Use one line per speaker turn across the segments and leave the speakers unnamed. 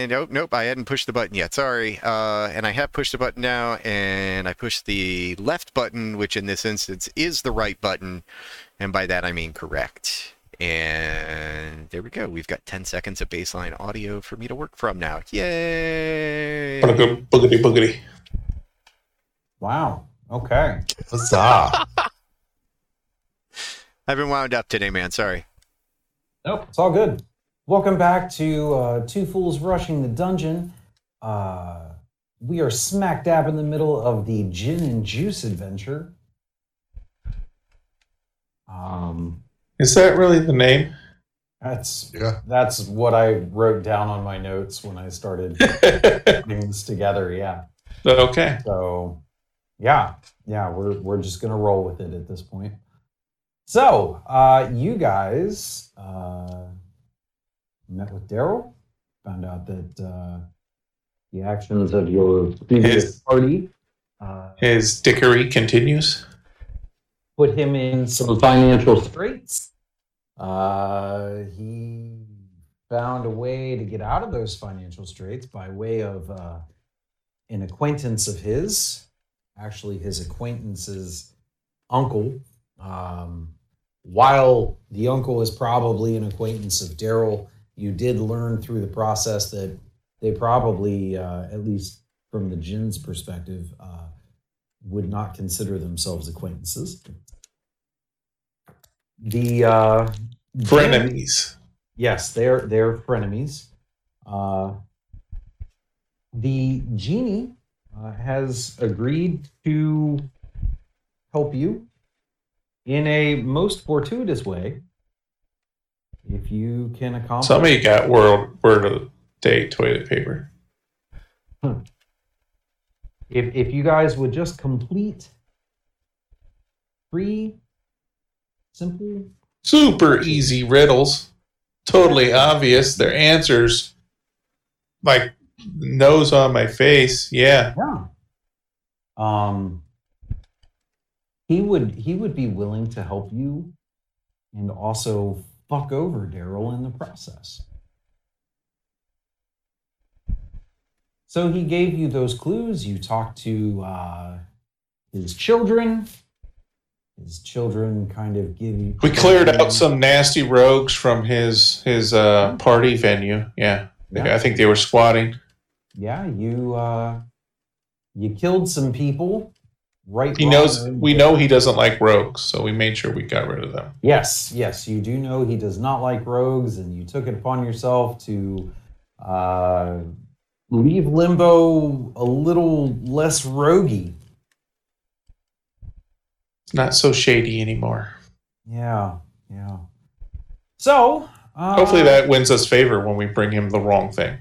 And nope, nope, I hadn't pushed the button yet. Sorry. Uh, and I have pushed the button now, and I pushed the left button, which in this instance is the right button. And by that, I mean correct. And there we go. We've got 10 seconds of baseline audio for me to work from now. Yay!
Boogity, boogity, boogity.
Wow. Okay.
Huzzah.
I've been wound up today, man. Sorry.
Nope. It's all good. Welcome back to uh, Two Fools Rushing the Dungeon. Uh, we are smack dab in the middle of the gin and juice adventure. Um,
Is that really the name?
that's
Yeah.
that's what I wrote down on my notes when I started putting this together. Yeah.
okay.
So, yeah, yeah, we're we're just gonna roll with it at this point. So, uh, you guys uh, met with Daryl, found out that uh, the actions of your previous
Yes.
party uh,
His dickery continues.
put him in some financial straits. Uh, he found a way to get out of those financial straits by way of uh, an acquaintance of his, actually, his acquaintance's uncle. Um, while the uncle is probably an acquaintance of Daryl, you did learn through the process that they probably, uh, at least from the Jin's perspective, uh, would not consider themselves acquaintances. The uh, Jin-
Frenemies.
Yes, they're they're frenemies. Uh, the genie uh, has agreed to help you in a most fortuitous way if you can accomplish.
Somebody got world word of the day toilet paper.
if if you guys would just complete three simple
Super easy riddles. Totally obvious. Their answers, like nose on my face. Yeah.
Yeah. Um, he would he would be willing to help you, and also fuck over Daryl in the process. So he gave you those clues. You talked to uh, his children. His children kind of give you. Um,
We cleared
Mm.
out some nasty rogues from his his uh, party venue. Yeah.
Yeah.
I think they were squatting.
Yeah, you uh, you killed some people. Right.
He
wrong,
knows
and
we know he doesn't like rogues, so we made sure we got rid of them.
Yes, yes, you do know he does not like rogues, and you took it upon yourself to uh, leave Limbo a little less roguey.
It's not so shady anymore.
Yeah, yeah. So uh,
Hopefully that wins us favor when we bring him the wrong thing.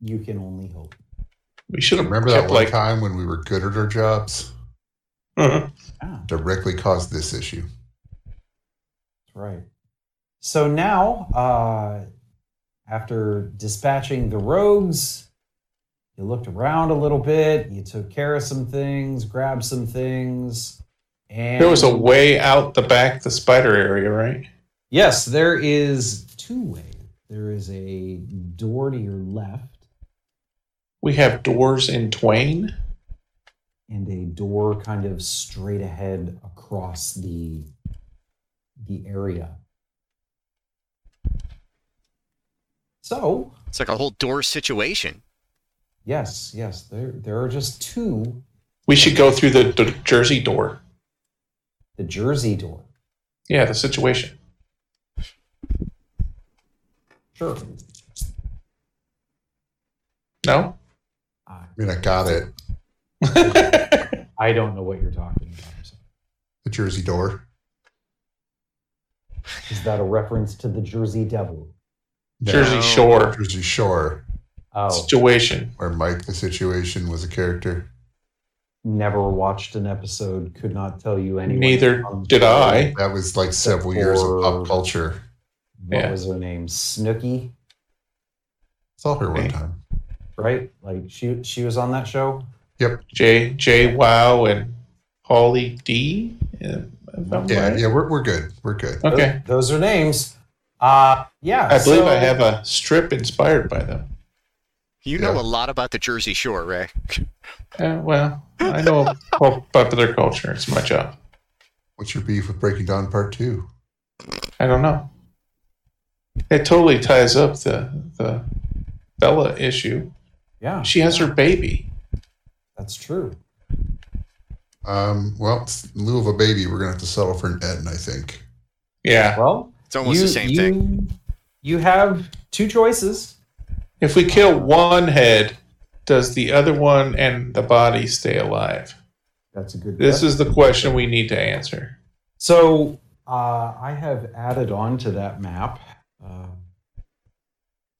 you can only hope.
We should have
Remember that
kept
one
like
time when we were good at our jobs?
Mhm.
Yeah,
Directly caused this issue.
that's right. So now, uh, after dispatching the rogues, you looked around a little bit. You took care of some things, grabbed some things, and
there was a way out the back the spider area, right?
Yes, there is two way. There is a door to your left
We have doors in Twain.
and a door kind of straight ahead across the the area. So,
It's like a whole door situation.
yes, yes, there there are just two
We should go through the, the Jersey door.
the Jersey door.
Yeah, the situation.
Sure.
No.
I,
I mean, I got it.
I don't know what you're talking about. I'm sorry.
The Jersey door.
Is that a reference to the Jersey Devil?
No.
Jersey
No.
Shore
Jersey Shore,
Oh,
situation.
where Mike the Situation was a character.
never watched an episode, could not tell you anything.
Neither
um,
did I.
That was like several years of pop culture.
what
Yeah.
was her name snooky
Saw her one
Okay.
time.
right like she she was on that show
J J Wow and Holly D. if I'm
Yeah,
right.
yeah, we're, we're good. We're good.
Okay.
those, those are names Uh, yeah.
I believe
so-
I have a strip inspired by them.
You know
Yeah.
a lot about the Jersey Shore, Ray.
Uh, well, I know about popular culture. It's my job.
What's your beef with Breaking Dawn Part Two?
I don't know. It totally ties up the the Bella issue.
Yeah,
She has her baby.
that's true.
Um, well, in lieu of a baby, we're gonna have to settle for an Eden, I think.
Yeah.
Well,
It's almost
you,
the same thing.
You have two choices.
If we kill one head, does the other one and the body stay alive?
That's a good.
This is the question we need to answer.
So uh, I have added on to that map uh,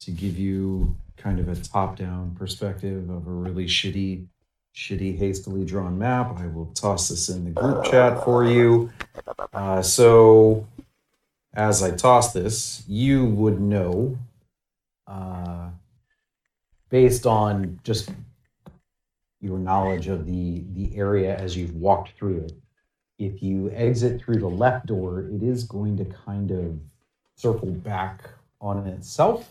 to give you kind of a top-down perspective of a really shitty, shitty, hastily drawn map. I will toss this in the group chat for you. Uh, so as I toss this, you would know, uh, based on just your knowledge of the the area as you've walked through it if you exit through the left door, it is going to kind of circle back on itself.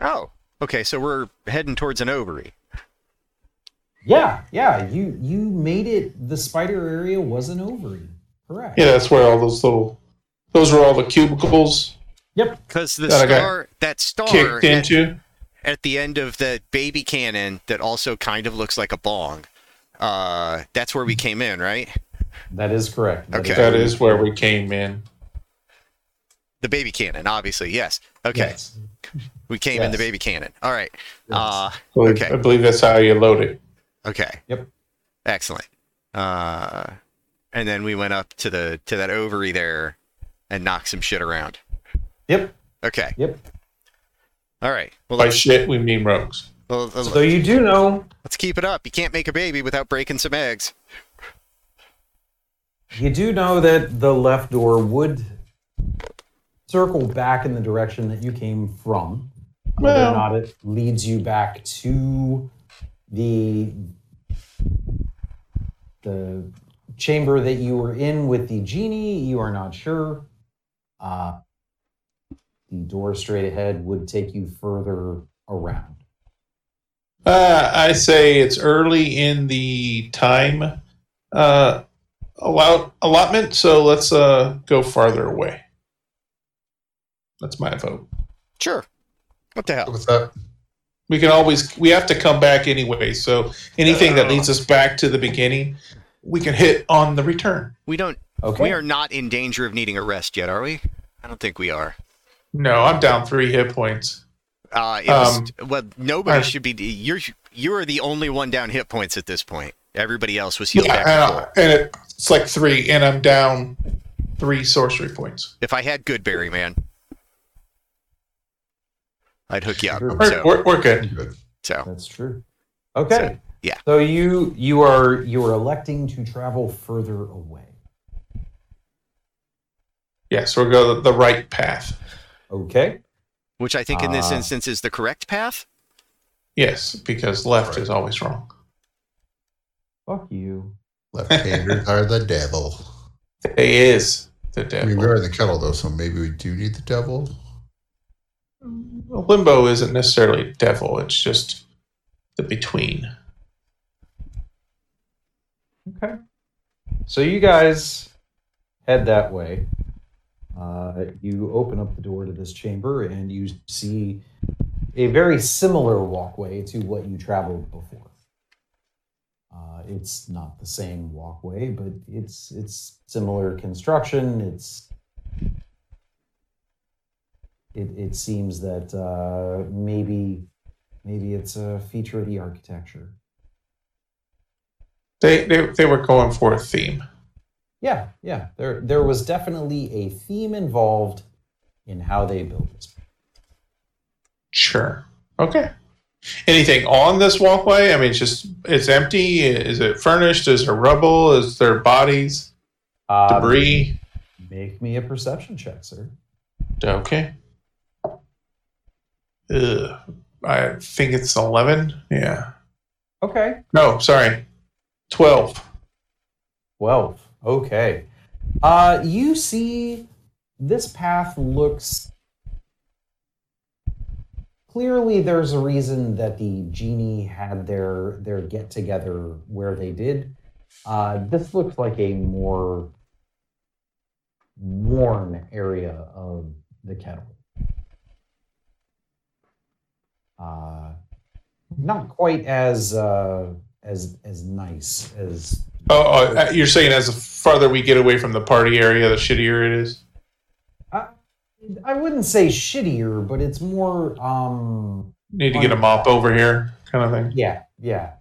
Oh, okay. So we're heading towards an ovary.
Yeah, yeah, you you made it. The spider area was an ovary, correct?
Yeah, that's where all those little those were all the cubicles
Because the
That I got
star, that star
kicked
at,
into.
at the end of the baby cannon that also kind of looks like a bong, uh, that's where we came in, right?
That is correct. That
Okay.
That is where we came in.
The baby cannon, obviously. Yes. Okay.
Yes.
We came in the
Yes.
baby cannon. All right.
yes.
Uh,
I believe-
Okay.
I believe that's how you load it.
okay.
Yep.
Excellent. Uh, and then we went up to the to that ovary there and knocked some shit around.
yep.
Okay.
Yep.
All right. Well,
By
let's,
shit, we mean rogues.
well, let's-
So you do know
let's keep it up. You can't make a baby without breaking some eggs.
you do know that the left door would circle back in the direction that you came from. Whether
Well-
or not it leads you back to the the chamber that you were in with the genie, you are not sure. Uh, the door straight ahead would take you further around.
Uh, I say it's early in the time uh, allow- allotment, so let's uh, go farther away. That's my vote.
Sure. What the hell?
What's up?
We can always we have to come back anyway. So anything that leads us back to the beginning, we can hit on the return.
We don't.
Okay.
We are not in danger of needing a rest yet, are we? I don't think we are.
No, I'm down three hit points.
Uh, it was-
Um,
well, nobody
I-
should be. You're you are the only one down hit points at this point. Everybody else was healed back
Yeah,
to
and,
full.
I- and it, it's like three, and I'm down three sorcery points.
If I had Goodberry, man, I'd hook you up.
Sure.
We're,
So,
we're, we're good.
Good.
so
That's true. Okay.
yeah.
So you you are you are electing to travel further away.
Yes, we'll go the, the right path.
Okay.
which I think in this
Uh,
Ah.
instance is the correct path.
Yes, because left is always wrong.
Fuck you.
Left-handers are the devil.
He is the
I
devil.
mean, we are in the kettle though, so maybe we do need the devil.
Limbo isn't necessarily devil, it's just the between.
Okay. So you guys head that way. Uh, you open up the door to this chamber and you see a very similar walkway to what you traveled before. Uh, it's not the same walkway, but it's it's similar construction. It's it, it seems that uh, maybe maybe it's a feature of the architecture.
They, they, they were going for a theme.
Yeah, yeah. There there was definitely a theme involved in how they built this.
Sure. Okay. Anything on this walkway? I mean, it's just, it's empty. Is it furnished? Is there rubble? Is there bodies?
Um,
Debris?
Make me a perception check, sir.
Okay. Ugh. I think it's 11. Yeah.
Okay.
No, sorry. 12.
12. Okay. Uh, you see, this path looks clearly there's a reason that the genie had their their get together where they did. Uh, this looks like a more worn area of the kettle. Uh, not quite as uh, as as nice as
Oh, oh, uh, you're saying as the farther we get away from the party area, the shittier it is.
I wouldn't say shittier, but it's more um
Need to get a mop over here, kind of thing.
yeah, yeah.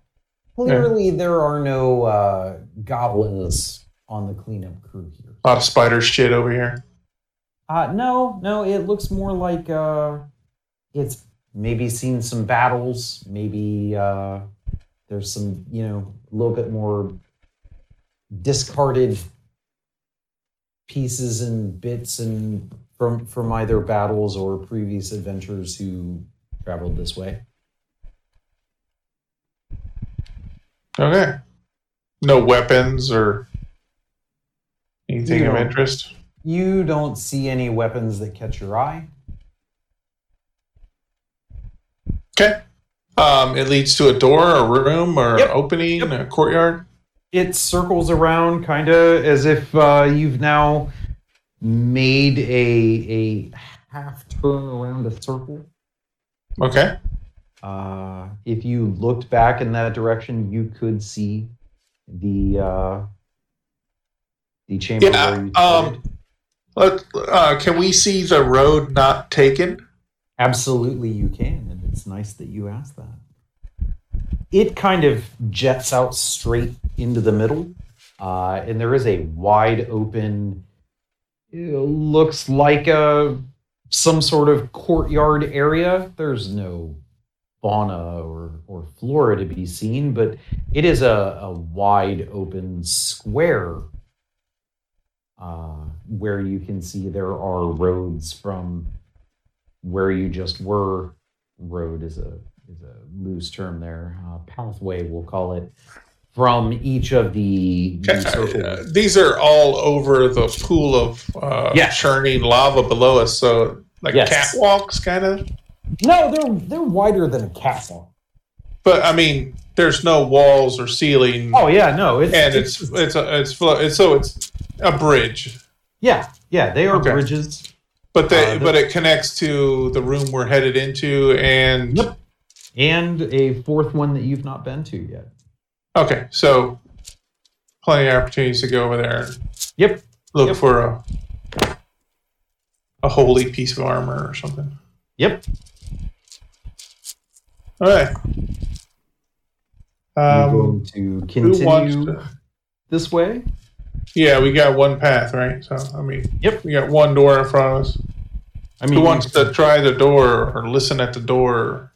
Clearly there are no uh goblins on the cleanup crew here.
A lot of spider shit over here.
Uh no, no, it looks more like uh it's maybe seen some battles, maybe uh there's some, you know, a little bit more discarded pieces and bits and from from either battles or previous adventures who traveled this way.
Okay. No weapons or anything of
No.
interest.
You don't see any weapons that catch your eye.
Okay. Um, it leads to a door, a room, or
Yep.
opening, a courtyard.
it circles around kind of as if uh, you've now made a a half turn around a circle
Okay.
uh, if you looked back in that direction you could see the uh, the chamber
Yeah,
where you
um,
started.
Let, uh, can we see the road not taken?
Absolutely, you can, and it's nice that you asked that. It kind of jets out straight into the middle, uh, and there is a wide open. It looks like a some sort of courtyard area. There's no fauna or or flora to be seen, but it is a, a wide open square uh, where you can see there are roads from where you just were road is a is a loose term there uh, pathway we'll call it from each of the, the circle-
Uh, these are all over the pool of uh,
Yes.
churning lava below us. So, like
Yes.
catwalks, kind of.
no they're they're wider than a castle
But I mean, there's no walls or ceiling,
oh yeah no it's,
and it's it's a, it's flow. It's, so it's a bridge,
yeah yeah they are
Okay.
bridges
but
Uh,
they
the-
but it connects to the room we're headed into. And
Yep. and a fourth one that you've not been to yet
okay, so plenty of opportunities to go over there and
yep
look
Yep.
for a a holy piece of armor or something.
yep
All right.
You're
Um,
going to
who wants
continue
to-
this way
yeah, we got one path, right? So I mean,
Yep.
we got one door in front of us.
i mean
Who
you-
wants to try the door or listen at the door?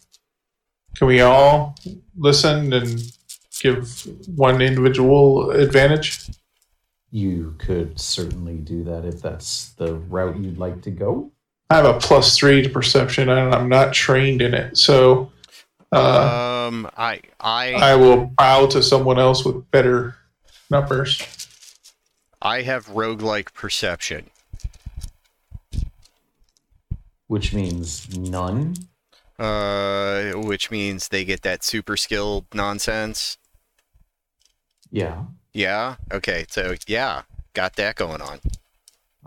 Can we all listen and give one individual advantage?
you could certainly do that if that's the route you'd like to go
I have a plus three to perception, and I'm not trained in it, so uh,
um, I, I,
I will bow to someone else with better numbers.
I have roguelike perception.
which means none
Uh, which means they get that super skill nonsense.
Yeah.
Yeah. Okay. So yeah, got that going on.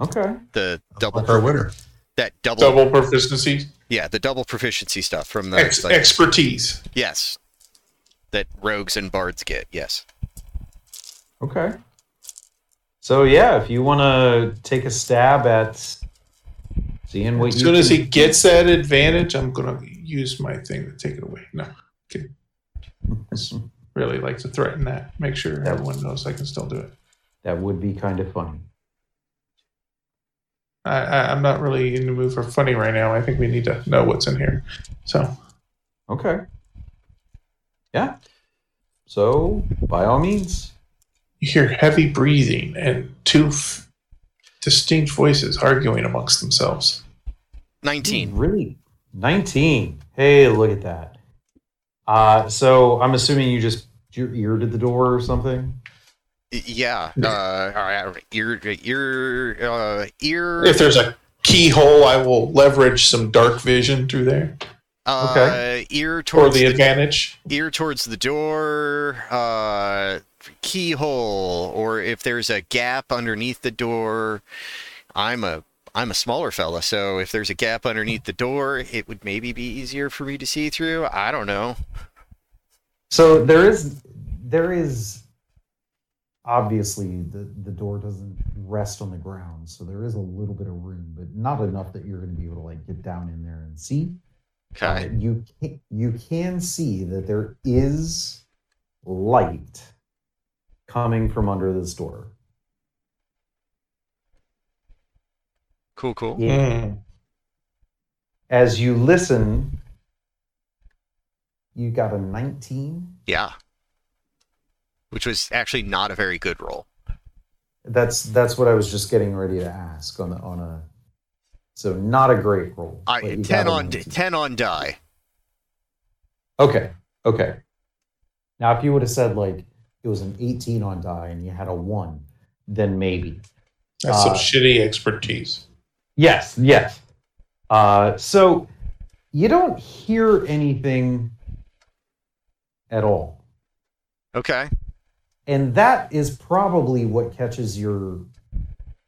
Okay.
The double
Like our winner.
that double,
Double proficiency,
yeah the double proficiency stuff from the
ex-
like,
expertise.
yes that rogues and bards get yes.
Okay. So yeah, if you want to take a stab at seeing what
As
you
soon as
can-
he gets that advantage, I'm gonna use my thing to take it away. No, okay. really like to threaten that. Make sure everyone knows I can still do it.
that would be kind of funny.
I, I, I'm not really in the mood for funny right now. I think we need to know what's in here. So,
Okay. Yeah. So by all means,
you hear heavy breathing and two f- distinct voices arguing amongst themselves. Hmm.
Nineteen.
really, nineteen. Hey, look at that. Uh, so I'm assuming you just your ear to the door or something.
Y- Yeah. Uh, all right. all right. Ear, ear, uh, ear.
If there's a keyhole, I will leverage some dark vision through there.
Uh,
Okay.
Ear
for
towards
the advantage.
ear towards the door, uh, keyhole, or if there's a gap underneath the door. I'm a I'm a smaller fella, so if there's a gap underneath the door, it would maybe be easier for me to see through. I don't know.
So there is there is obviously the, the door doesn't rest on the ground, so there is a little bit of room, but not enough that you're gonna be able to like get down in there and see. Uh,
Okay.
you can, you can see that there is light coming from under this door.
Cool, cool.
Yeah.
Mm.
As you listen, you got a 19.
Yeah. Which was actually not a very good roll.
That's that's what I was just getting ready to ask on the, on a so not a great roll.
I
but you got
ten
a
on
19.
ten on die.
Okay. Okay. Now, if you would have said like it was an 18 on die and you had a one, then maybe.
That's some
Uh,
shitty expertise.
Yes. Yes. Uh, so you don't hear anything at all,
Okay.
and that is probably what catches your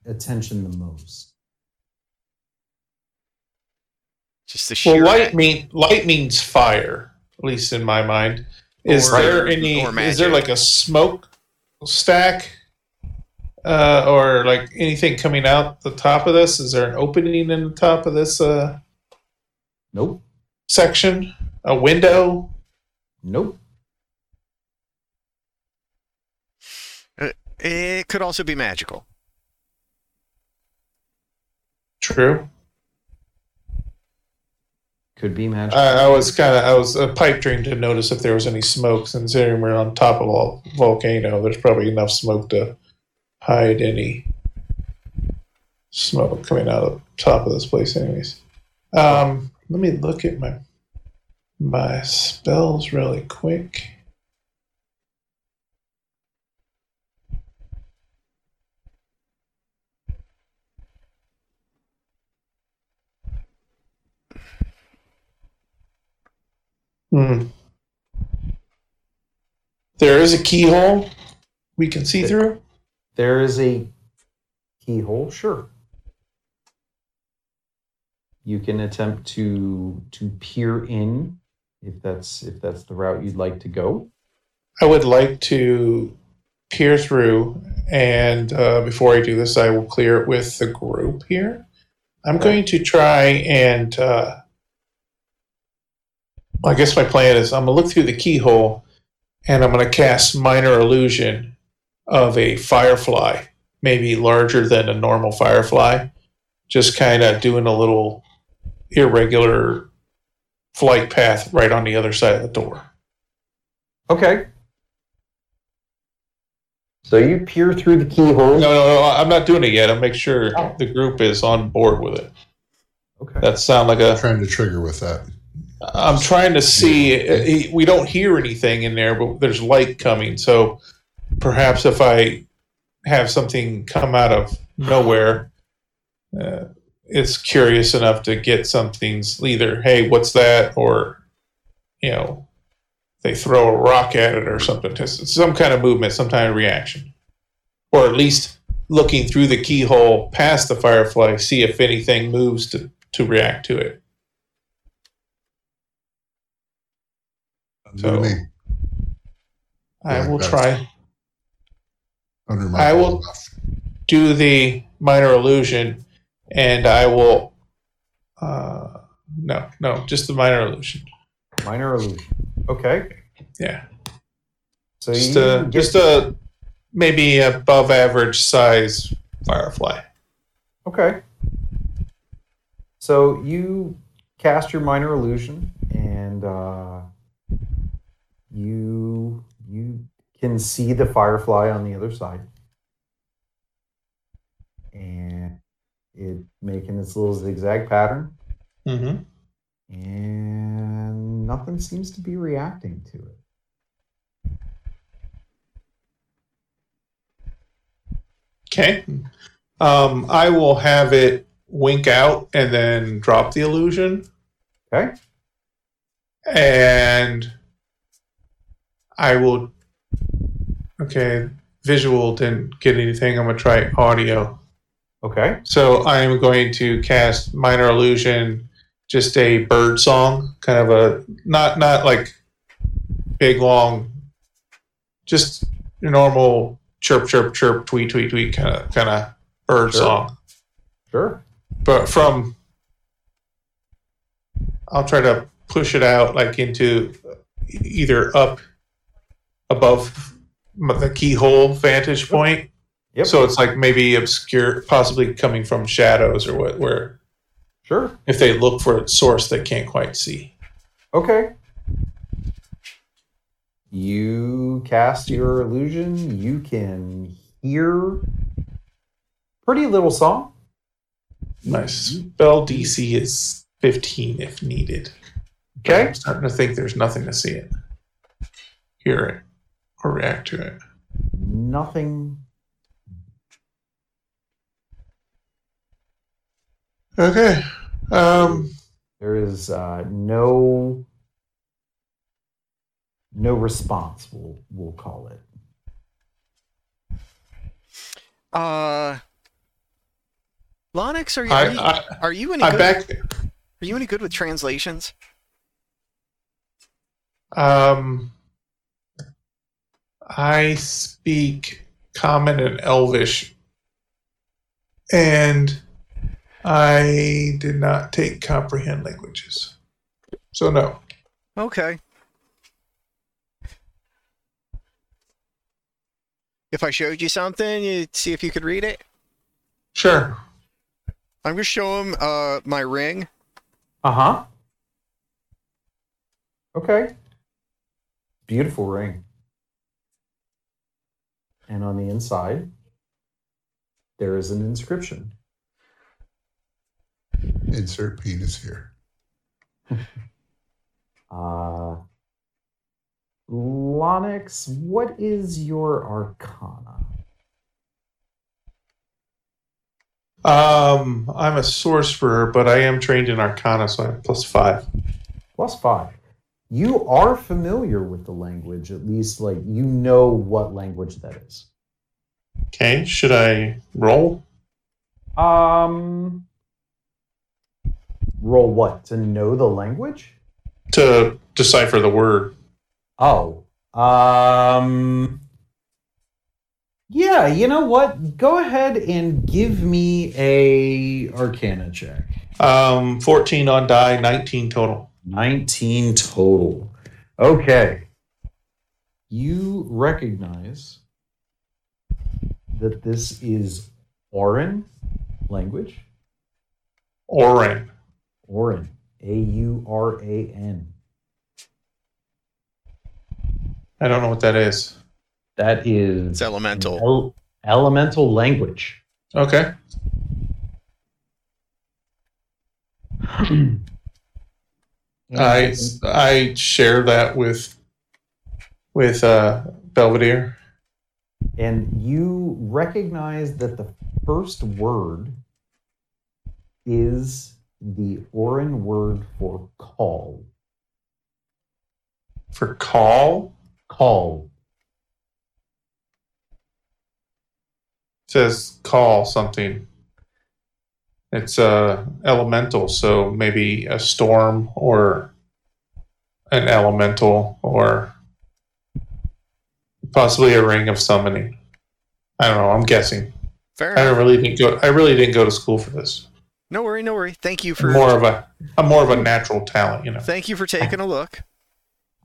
attention the most.
Just the
Well,
sheer
light mean light means fire, at least in my mind. Is
Or-
there any?
or
Is there
magic.
like a smoke stack, uh, or like anything coming out the top of this? Is there an opening in the top of this uh,
Nope.
section? A window?
Nope.
It could also be magical.
True.
Could be magic.
I, I was kind of I was a pipe dream to notice if there was any smoke. Considering we're on top of a volcano, there's probably enough smoke to hide any smoke coming out of the top of this place. Anyways, um, let me look at my my spells really quick. Hmm. There is a keyhole we can see through.
There is a keyhole, sure. You can attempt to to peer in if that's if that's the route you'd like to go.
I would like to peer through, and uh, before I do this, I will clear it with the group here. I'm going to try and. Uh, I guess my plan is I'm going to look through the keyhole and I'm going to cast minor illusion of a firefly, maybe larger than a normal firefly, just kind of doing a little irregular flight path right on the other side of the door.
Okay. So you peer through the keyhole.
No, no, no. I'm not doing it yet. I'll make sure
Oh.
the group is on board with it.
Okay.
That sound like
I'm
a.
trying to trigger with that.
I'm trying to see. uh, he- We don't hear anything in there, but there's light coming. So perhaps if I have something come out of nowhere, uh, it's curious enough to get something's either, hey, what's that? Or, you know, they throw a rock at it or something. It's some kind of movement, some kind of reaction. Or at least looking through the keyhole past the firefly, see if anything moves to, to react to it.
Sounds good to
So-
me.
I
Like
will
that.
try.
Under my
I will-
left.
do the minor illusion, and I will. Uh, no, no, just the minor illusion.
Minor illusion. Okay.
Yeah,
So
just
you
a
get-
just a maybe above average size firefly.
Okay. So you cast your minor illusion, and uh, you you can see the firefly on the other side, and it making its little zigzag pattern,
Mm-hmm.
and nothing seems to be reacting to it.
Okay, um, I will have it wink out and then drop the illusion.
Okay.
and I will. Okay, visual didn't get anything. I'm gonna try audio.
Okay.
So I am going to cast minor illusion, just a bird song, kind of a not not like big long, just your normal chirp chirp chirp tweet tweet tweet kind of kind of bird
Sure.
song,
Sure.
but from I'll try to push it out like into either up above the keyhole vantage point
Yep.
so it's like maybe obscure, possibly coming from shadows or what, where
sure.
if they look for a source they can't quite see.
Okay. You cast your illusion. You can hear pretty little song.
My spell DC is 15 if needed.
Okay.
I'm starting to think there's nothing to see it, hear it, or react to it.
Nothing.
Okay. Um,
There is uh, no no response. We'll we'll call it.
Uh, Lonix, are you
I,
are you,
I,
are you any
I
good?
back.
Are you any good with translations?
Um, I speak Common and Elvish, and I did not take Comprehend languages. So no.
Okay. If I showed you something, you'd see if you could read it.
Sure.
I'm gonna show him uh, my ring.
Uh huh. Okay. Beautiful ring. And on the inside, there is an inscription.
Insert penis here.
Uh, Lonix, what is your arcana?
Um, I'm a sorcerer, but I am trained in Arcana, so I have plus five.
Plus five. You are familiar with the language, at least, like, you know what language that is.
Okay. Should I roll?
Um, roll what? To know the language?
To decipher the word.
Oh, um, yeah. You know what? Go ahead and give me a Arcana check.
Um, 14 on die, 19 total.
Nineteen total. Okay. You recognize that this is Orin language.
Oren.
Orin. A U R A N.
I don't know what that is.
That is
It's elemental.
el- elemental language.
Okay. I I share that with with uh, Belvedere.
and you recognize that the first word is the Orin word for call.
for call.
Call.
It says call something. It's uh, elemental, so maybe a storm or an elemental or possibly a ring of summoning. I don't know. I'm guessing.
Fair
I
enough.
don't really didn't go. I really didn't go to school for this.
No worry, no worry. Thank you for
I'm more of a I'm more of a natural talent, you know.
thank you for taking a look.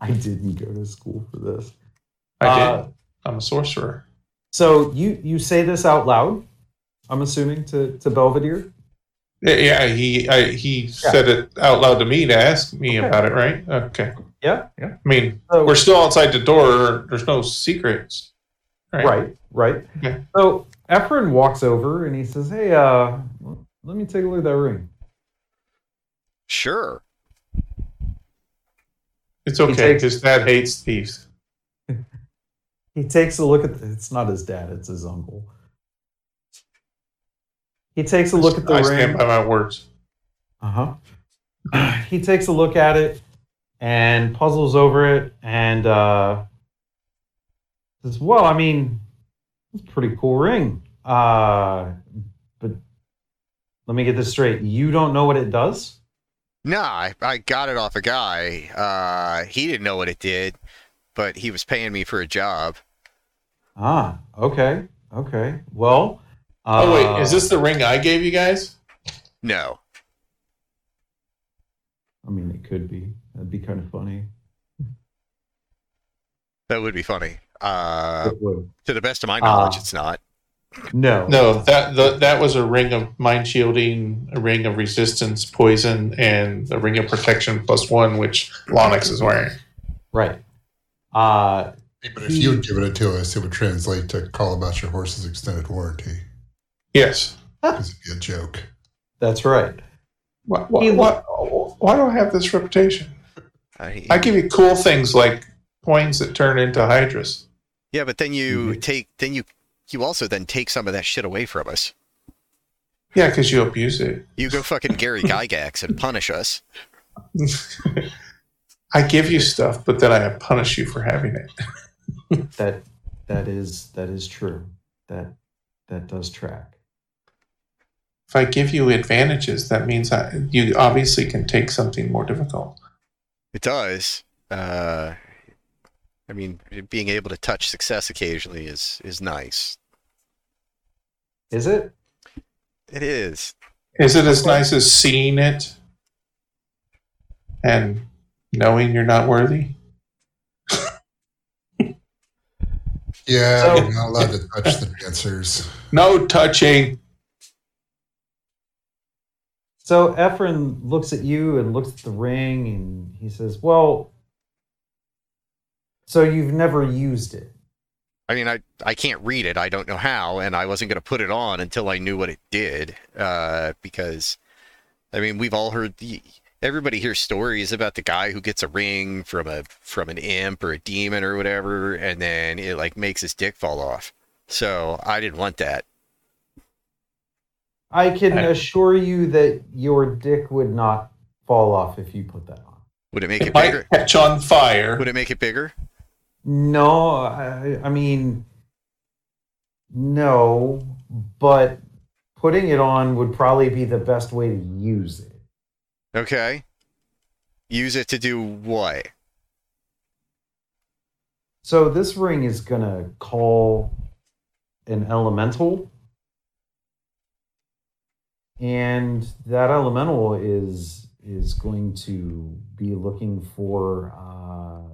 I didn't go to school for this.
I
Uh,
did. I'm a sorcerer.
so you you say this out loud. I'm assuming to to Belvedere.
Yeah, Yeah, he I, he said it out loud to me to ask me
Okay.
about it, right? Okay.
Yeah, yeah.
I mean,
So-
we're still outside the door. There's no secrets, right?
Right, right.
Okay.
So Efren walks over and he says, "Hey, uh, let me take a look at that ring."
Sure.
It's
He
okay.
takes-
His dad hates thieves.
He takes a look at the, it's not his dad, it's his uncle. He takes a look at the
I
ring.
stand by my words.
Uh-huh. he takes a look at it and puzzles over it and uh, says, "Well, I mean, it's a pretty cool ring, uh, but let me get this straight. You don't know what it does?
Nah, I, I got it off a guy. Uh, he didn't know what it did, but he was paying me for a job.
Ah, okay, okay. Well, uh,
oh wait, is this the ring I gave you guys?
No.
I mean, it could be. That'd be kind of funny.
That would be funny. Uh,
It would.
to the best of my knowledge,
Ah.
it's not.
No,
No, that the, that was a ring of mind shielding, a ring of resistance, poison, and a ring of protection plus one, which Lonix is wearing.
right. Uh,
Hey, But if you had given it to us, it would translate to call about your horse's extended warranty.
Yes.
Because it'd be a joke.
that's right.
Why, why,
He-
why, why do I have this reputation?
I-
I give you cool things like coins that turn into hydras.
yeah, but then you take, then you, you also then take some of that shit away from us.
Yeah, because you abuse it.
You go fucking Gary Gygax and punish us.
I give you stuff, but then I punish you for having it.
That that is that is true. That that does track.
If I give you advantages, that means I, you obviously can take something more difficult.
It does. Uh, I mean, being able to touch success occasionally is is nice.
Is it?
It is.
Is it as nice as seeing it and knowing you're not worthy?
Yeah,
So-
you're not allowed to touch the dancers.
No touching.
So Efren looks at you and looks at the ring and he says, Well, so you've never used it.
I mean, I I can't read it. I don't know how, and I wasn't going to put it on until I knew what it did. Uh, because, I mean, we've all heard the everybody hears stories about the guy who gets a ring from a from an imp or a demon or whatever, and then it like makes his dick fall off. So I didn't want that.
I can
I-
assure you that your dick would not fall off if you put that on.
Would it make it,
It might
bigger?
catch on fire.
Would it make it bigger?
No, I, I mean, no, but putting it on would probably be the best way to use it.
Okay. Use it to do what?
So this ring is gonna call an elemental. And that elemental is is going to be looking for uh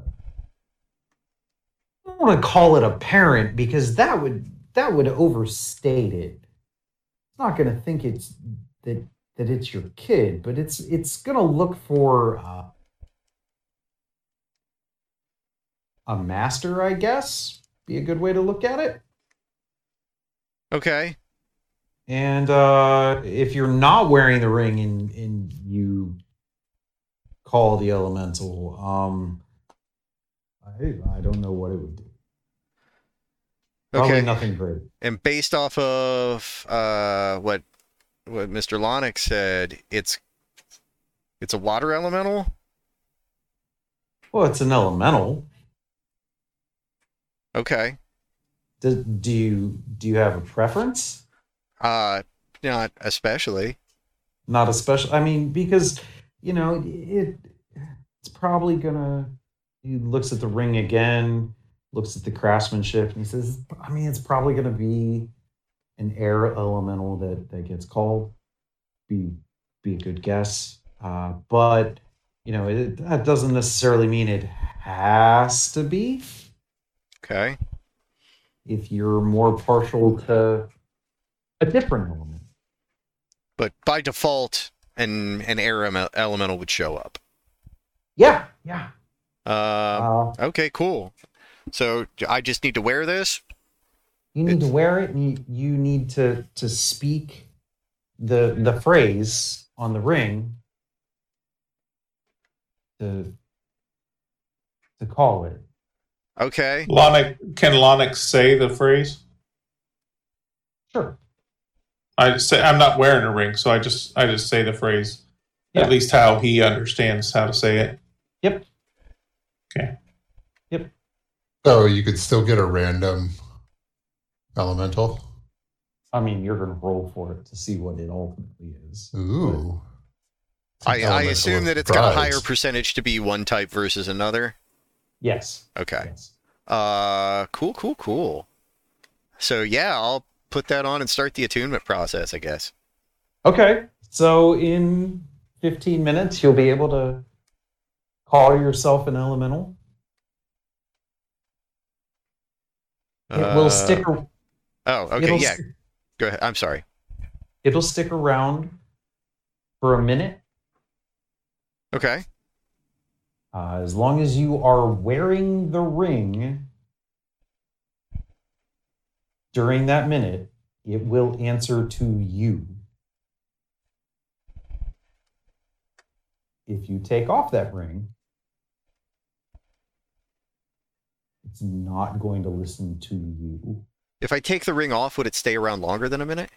I don't want to call it a parent because that would that would overstate it. It's not gonna think it's that that it's your kid, but it's it's gonna look for uh, a master, I guess, be a good way to look at it.
Okay.
And uh, if you're not wearing the ring and, and you call the elemental, um, I, I don't know what it would do. Probably
Okay.
nothing great.
And based off of uh, what what Mr. Lonick said, it's it's a water elemental.
Well, it's an elemental.
Okay.
Do, do you do you have a preference?
Uh, not especially.
Not a special. I mean, because you know it. It's probably gonna. He looks at the ring again. Looks at the craftsmanship, and he says, "I mean, it's probably gonna be an air elemental that that gets called. Be be a good guess, uh, but you know it, that doesn't necessarily mean it has to be.
Okay.
If you're more partial to a different element."
But by default, an an air em- elemental would show up.
Yeah, yeah.
Uh,
Uh,
okay. Cool. So I just need to wear this.
You need to
It's-
wear it, and you, you need to to speak the the phrase on the ring to to call it.
Okay.
Lonic, can Lonic say the phrase?
Sure.
I say I'm not wearing a ring, so I just I just say the phrase.
Yeah.
At least how he understands how to say it.
Yep.
So you could still get a random elemental.
I mean, you're going to roll for it to see what it ultimately is.
Mm.
Ooh.
I, I
Elemental
assume
of
that it's got a
prize.
higher percentage to be one type versus another.
Yes.
Okay.
Yes.
Uh, cool, cool, cool. So yeah, I'll put that on and start the attunement process. I guess.
Okay. So in 15 minutes, you'll be able to call yourself an elemental. It
Uh,
will stick. ar-
Oh, okay.
it'll
Yeah.
st-
Go ahead. I'm sorry.
it'll stick around for a minute
Okay.
Uh, as long as you are wearing the ring during that minute, it will answer to you. If you take off that ring, it's not going to listen to you.
If I take the ring off, would it stay around longer than a minute?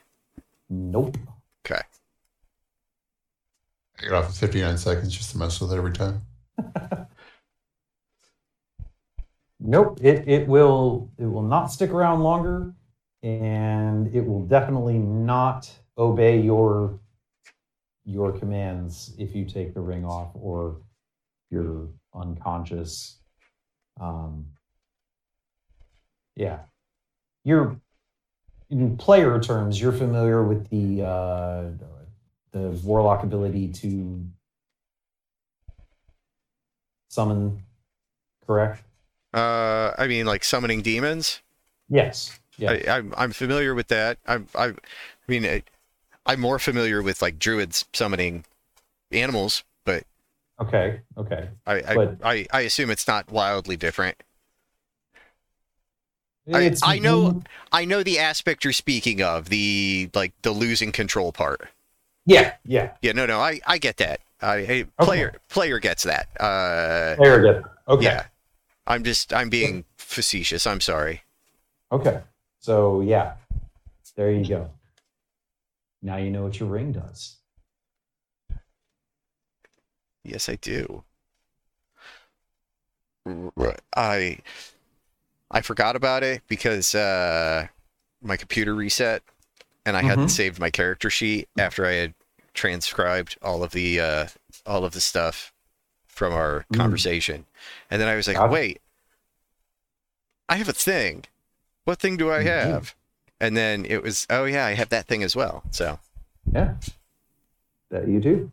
Nope.
Take it off in 59 seconds just to mess with it every time.
Nope. It it will it will not stick around longer, and it will definitely not obey your your commands if you take the ring off or you're unconscious. Um, yeah, you're in player terms. You're familiar with the uh, the warlock ability to summon, correct?
Uh, I mean, like summoning demons.
Yes. Yeah.
I, I'm I'm familiar with that. I'm I, I mean, I, I'm more familiar with like druids summoning animals, but
Okay. Okay.
I I,
But-
I, I assume it's not wildly different. I-
It's-
I know- I know the aspect you're speaking of, the like the losing control part.
Yeah. Yeah.
Yeah, no, no, I, I get that. I, I player player gets that. Uh,
There we go. Okay.
yeah. I'm just I'm being facetious. I'm sorry.
Okay. So yeah, there you go. Now you know what your ring does.
Yes, I do. R- I I forgot about it because uh, my computer reset, and I hadn't
Mhm.
saved my character sheet after I had transcribed all of the uh, all of the stuff from our
Mm.
conversation, and then I was like,
Got it.
wait, I have a thing. What thing do I
You do.
have? And then it was, oh yeah, I have that thing as well. So
Yeah. That you do.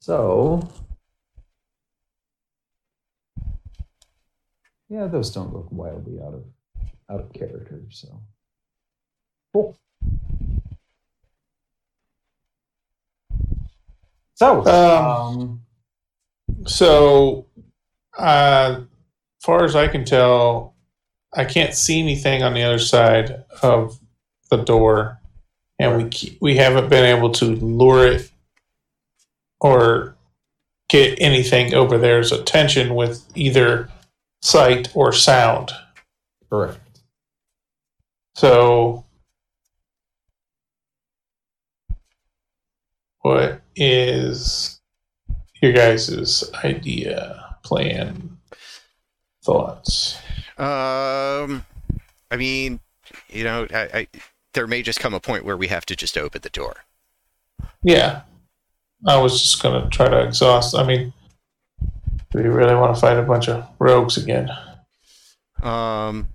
So Yeah, those don't look wildly out of out of character, so cool. So
Um,
um,
So, uh, far as I can tell, I can't see anything on the other side of the door, and we ke- we haven't been able to lure it or get anything over there's attention with either sight or sound.
correct.
So, what is your guys' idea, plan, thoughts?
Um, I mean, you know, I, I there may just come a point where we have to just open the door.
Yeah, I was just gonna try to exhaust. I mean, do you really want to fight a bunch of rogues again?
Um,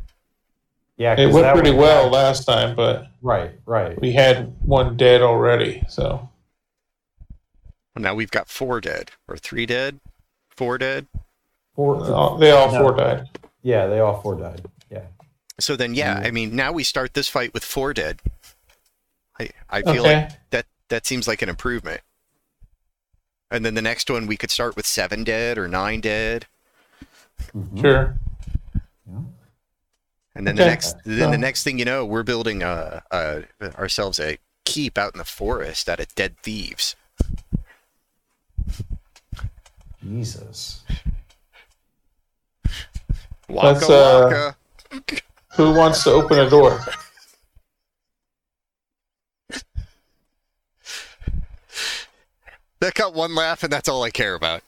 Yeah,
It
'cause
went
that
pretty
one-
well last time, but
Right, right.
we had one dead already. So
now we've got four dead or three dead, four dead.
Four,
they all, uh, they all
No.
four died.
yeah, they all four died. Yeah.
So then, yeah,
Mm.
I mean, now we start this fight with four dead. I I feel like
Okay,
that that seems like an improvement. And then the next one we could start with seven dead or nine dead,
Mhm.
sure.
and then the
Okay.
next then the
So-
next thing you know, we're building uh, uh ourselves a keep out in the forest out of dead thieves.
Jesus.
Waka
Let's, uh,
waka.
Who wants to open a door?
That got one laugh, and that's all I care about.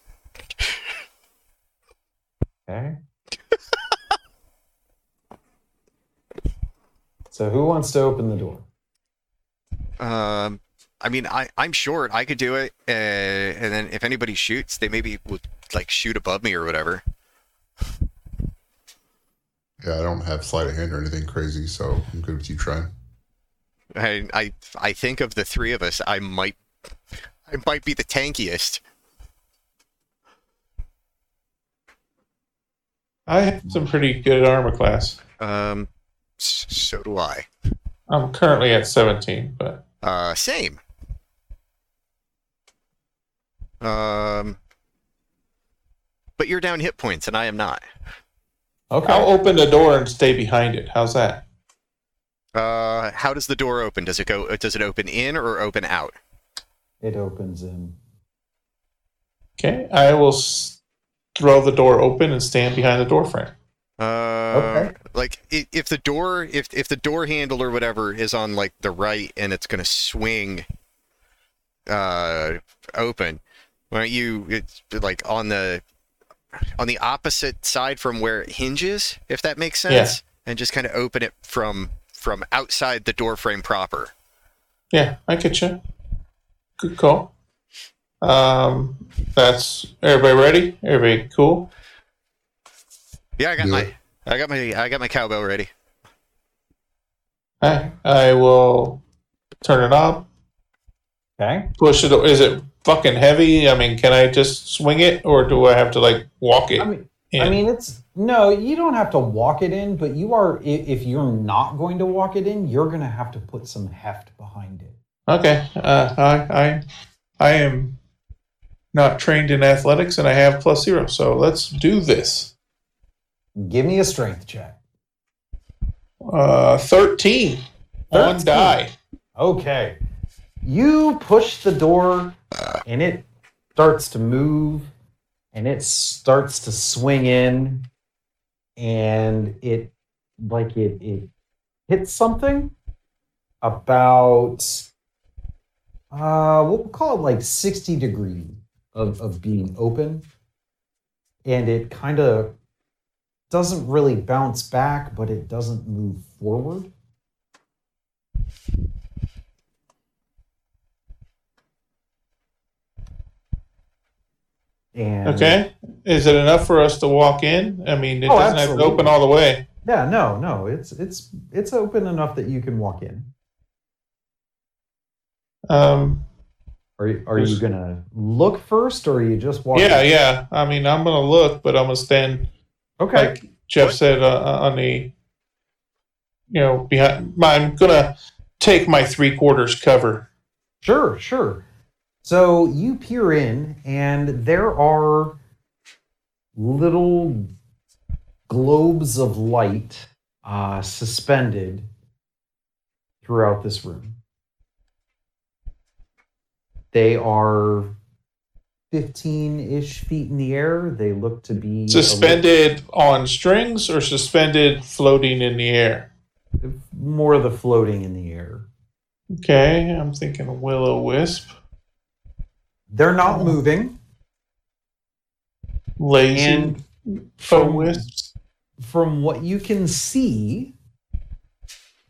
Okay. so who wants to open the door?
Um, I mean, I I'm short. I could do it, uh, and then if anybody shoots, they maybe would like shoot above me or whatever.
Yeah, I don't have sleight of hand or anything crazy, so I'm good with you trying.
I I I think of the three of us, I might I might be the tankiest.
I have some pretty good armor class.
Um, s- so do I.
I'm currently at 17, but
Uh, same. Um, but you're down hit points, and I am not.
Okay.
I'll open the door and stay behind it. How's that?
Uh, how does the door open? Does it go? Does it open in or open out?
It opens in.
Okay, I will s- throw the door open and stand behind the door frame.
Uh,
Okay.
like i- if the door, if if the door handle or whatever is on like the right, and it's gonna swing, uh, open. Why don't you? It's like on the on the opposite side from where it hinges, if that makes sense,
Yeah.
and just kind of open it from from outside the door frame proper.
Yeah, I get you. Good call. Um, that's everybody ready? Everybody cool?
Yeah, I got
Do
my
it.
I got my I got my cowbell ready.
I, I will turn it on.
Okay.
Push it. Is it fucking heavy? I mean, can I just swing it, or do I have to like walk it?
I mean,
in?
I mean, it's no. You don't have to walk it in, but you are. i- If you're not going to walk it in, you're going to have to put some heft behind it.
okay. Uh, I, I, I am not trained in athletics, and I have plus zero. So let's do this.
Give me a strength check.
Uh, Thirteen. One
13.
die.
Okay. You push the door and it starts to move and it starts to swing in and it like it it hits something about uh we'll call it like 60 degree of, of being open and it kind of doesn't really bounce back but it doesn't move forward and
Okay. Is it enough for us to walk in? I mean, it
Oh,
doesn't have to
absolutely.
open all the way.
Yeah, no, no, it's it's it's open enough that you can walk in.
Um,
Are are you
Yes.
gonna look first, or are you just walking?
yeah, yeah. I mean, I'm gonna look, but I'm gonna stand
Okay.
like Jeff
What?
said uh, uh, on the. You know, behind. I'm gonna take my three quarters cover.
Sure, sure. So you peer in, and there are little globes of light uh, suspended throughout this room. They are 15 ish feet in the air. They look to be a little-
Suspended on strings or suspended floating in the air.
more of the floating in the air.
Okay, I'm thinking will o wisp,
They're not moving.
lazy
And
o wisps.
from what you can see,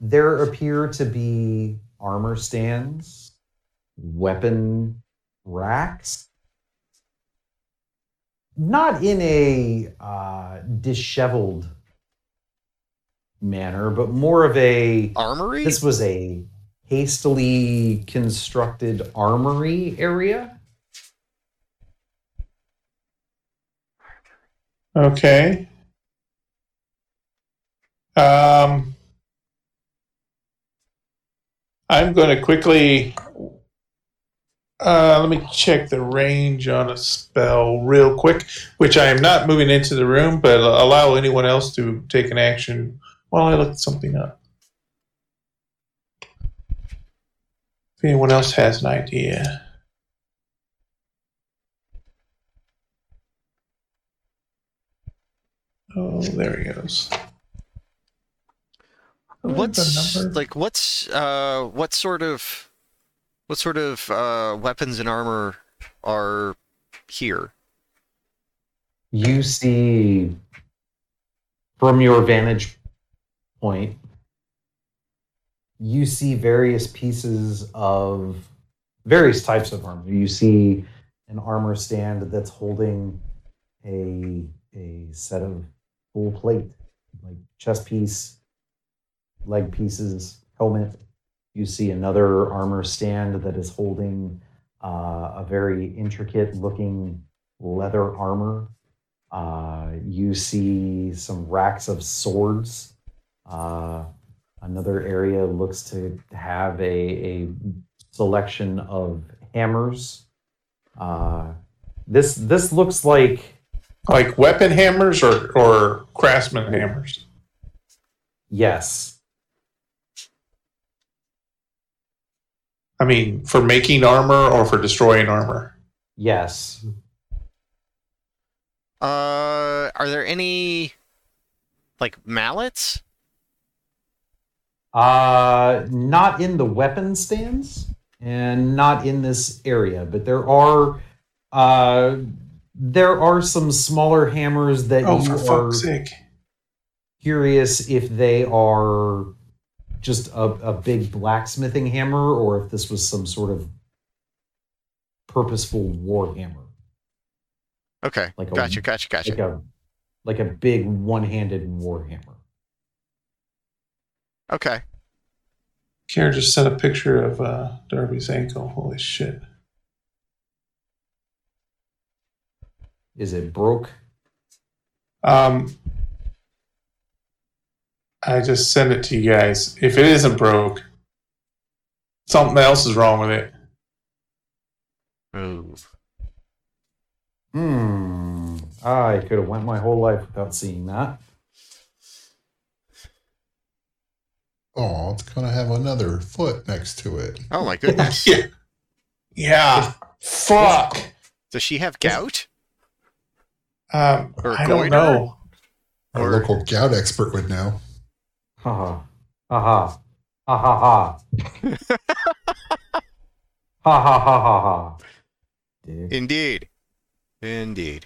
there appear to be armor stands, weapon racks. Not in a uh, disheveled manner, but more of a.
Armory?
This was a hastily constructed armory area.
Okay. Um, I'm going to quickly. Uh, let me check the range on a spell real quick, which I am not moving into the room, but allow anyone else to take an action while I look something up. If anyone else has an idea. Oh, there he goes.
what's like what's uh what sort of what sort of uh weapons and armor are here?
you see from your vantage point you see various pieces of various types of armor you see an armor stand that's holding a a set of full plate like chest piece leg pieces helmet you see another armor stand that is holding uh, a very intricate looking leather armor. Uh, you see some racks of swords. Uh, another area looks to have a, a selection of hammers. Uh, this this looks like
Like weapon hammers or, or craftsman hammers?
yes,
I mean, for making armor or for destroying armor?
yes.
Uh, are there any like mallets?
Uh, not in the weapon stands and not in this area, but there are uh, there are some smaller hammers that
Oh,
you
for
are
fuck's sake.
curious if they are just a, a big blacksmithing hammer or if this was some sort of purposeful war hammer,
Okay,
like a
gotcha, gotcha, gotcha.
like a like a big one-handed war hammer.
Okay,
Karen just sent a picture of uh, Darby's ankle. Holy shit.
Is it broke?
Um, I just sent it to you guys. If it isn't broke, something else is wrong with it.
move.
Hmm. I could have went my whole life without seeing that.
Oh, it's gonna have another foot next to it.
Oh my goodness.
Yeah. Yeah. Fuck.
Does she have gout?
Um,
Or
I don't
goiter?
know.
Our
Or-
local gout expert would know.
Ha ha. Ha ha. Ha ha ha. Ha ha ha ha ha. Dick.
Indeed, indeed.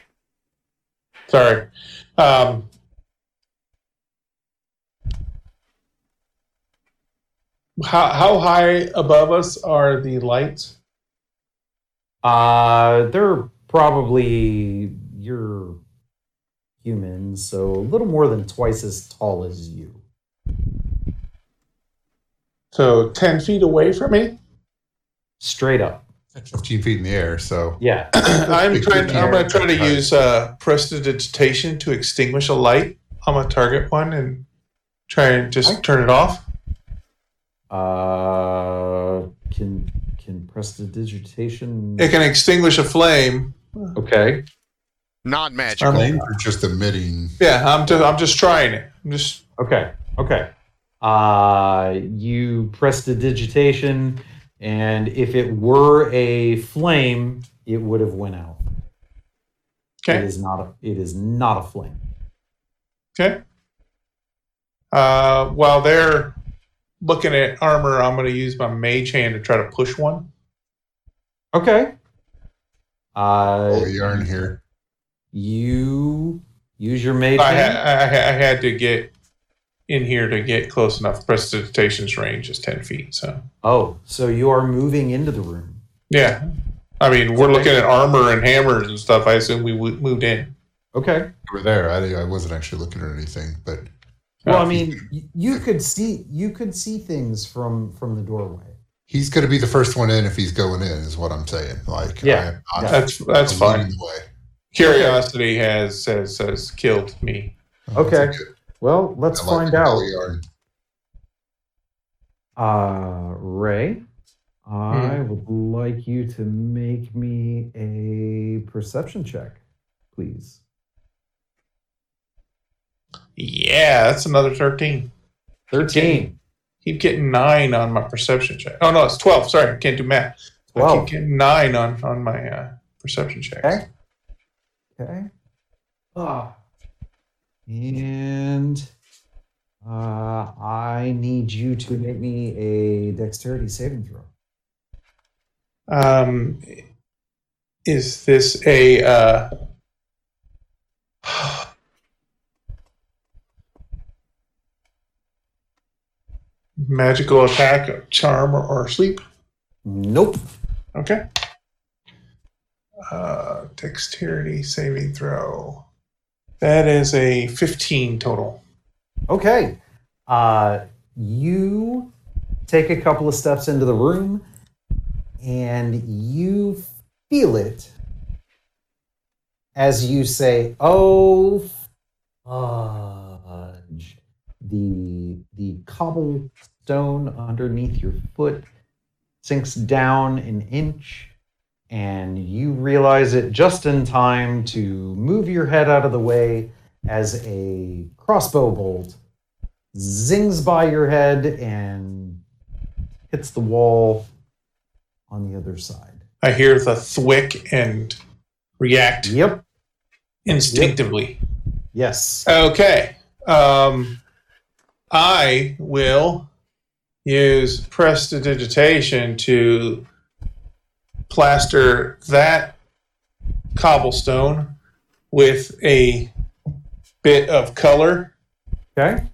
Sorry. Um, how, how high above us are the lights?
Uh, they're probably you're humans, so a little more than twice as tall as you.
So 10 feet away from me?
Straight up.
15 feet in the air, so
Yeah.
I'm trying. I'm going to try to
Right.
use uh, prestidigitation to extinguish a light. I'm going to target one and try and just turn it off.
Uh, can can prestidigitation.
It can extinguish a flame.
Okay.
Not
our
magical.
names are just emitting.
Yeah, I'm just. I'm just trying it. I'm just.
Okay. Okay. Uh, you press the digitation, and if it were a flame, it would have went out. It
Okay.
is not a. It is not a flame.
Okay. Uh, while they're looking at armor, I'm going to use my mage hand to try to push one.
Okay.
Oh,
Uh,
yarn here.
you use your mage
I,
hand.
ha- I, ha- I had to get in here to get close enough. Prestidigitation's range is ten feet, so
Oh, so you are moving into the room.
yeah. I mean, we're looking at armor and hammers and stuff. I assume we w- moved in.
Okay.
Over there, I, I wasn't actually looking at anything, but
Well, I mean, y- you could see you could see things from from the doorway.
he's going to be the first one in if he's going in, is what I'm saying. Like,
Yeah,
I am not
That's that's
I'm
fine.
leading the way.
Curiosity has has has killed me.
Oh, that's
Okay.
good.
Well, let's
I like
find
the
out.
yarn.
Uh, Ray, I
Hmm.
would like you to make me a perception check, please.
Yeah, that's another thirteen.
13.
Keep getting nine on my perception check. Oh no, it's twelve. Sorry, I can't do math. I
12.
keep getting nine on on my uh, perception check.
Okay. Okay. Ah. And uh, I need you to make me a dexterity saving throw.
Um, is this a uh, Magical attack, charm, or sleep.
Nope.
Okay. Uh, dexterity saving throw. That is a 15 total.
Okay. Uh, you take a couple of steps into the room and you feel it as you say, "Oh, fudge!" The the cobblestone underneath your foot sinks down an inch, and you realize it just in time to move your head out of the way as a crossbow bolt zings by your head and hits the wall on the other side.
I hear the thwick and react
Yep.
instinctively.
Yes.
Okay. Um, I will use prestidigitation to plaster that cobblestone with a bit of color.
Okay.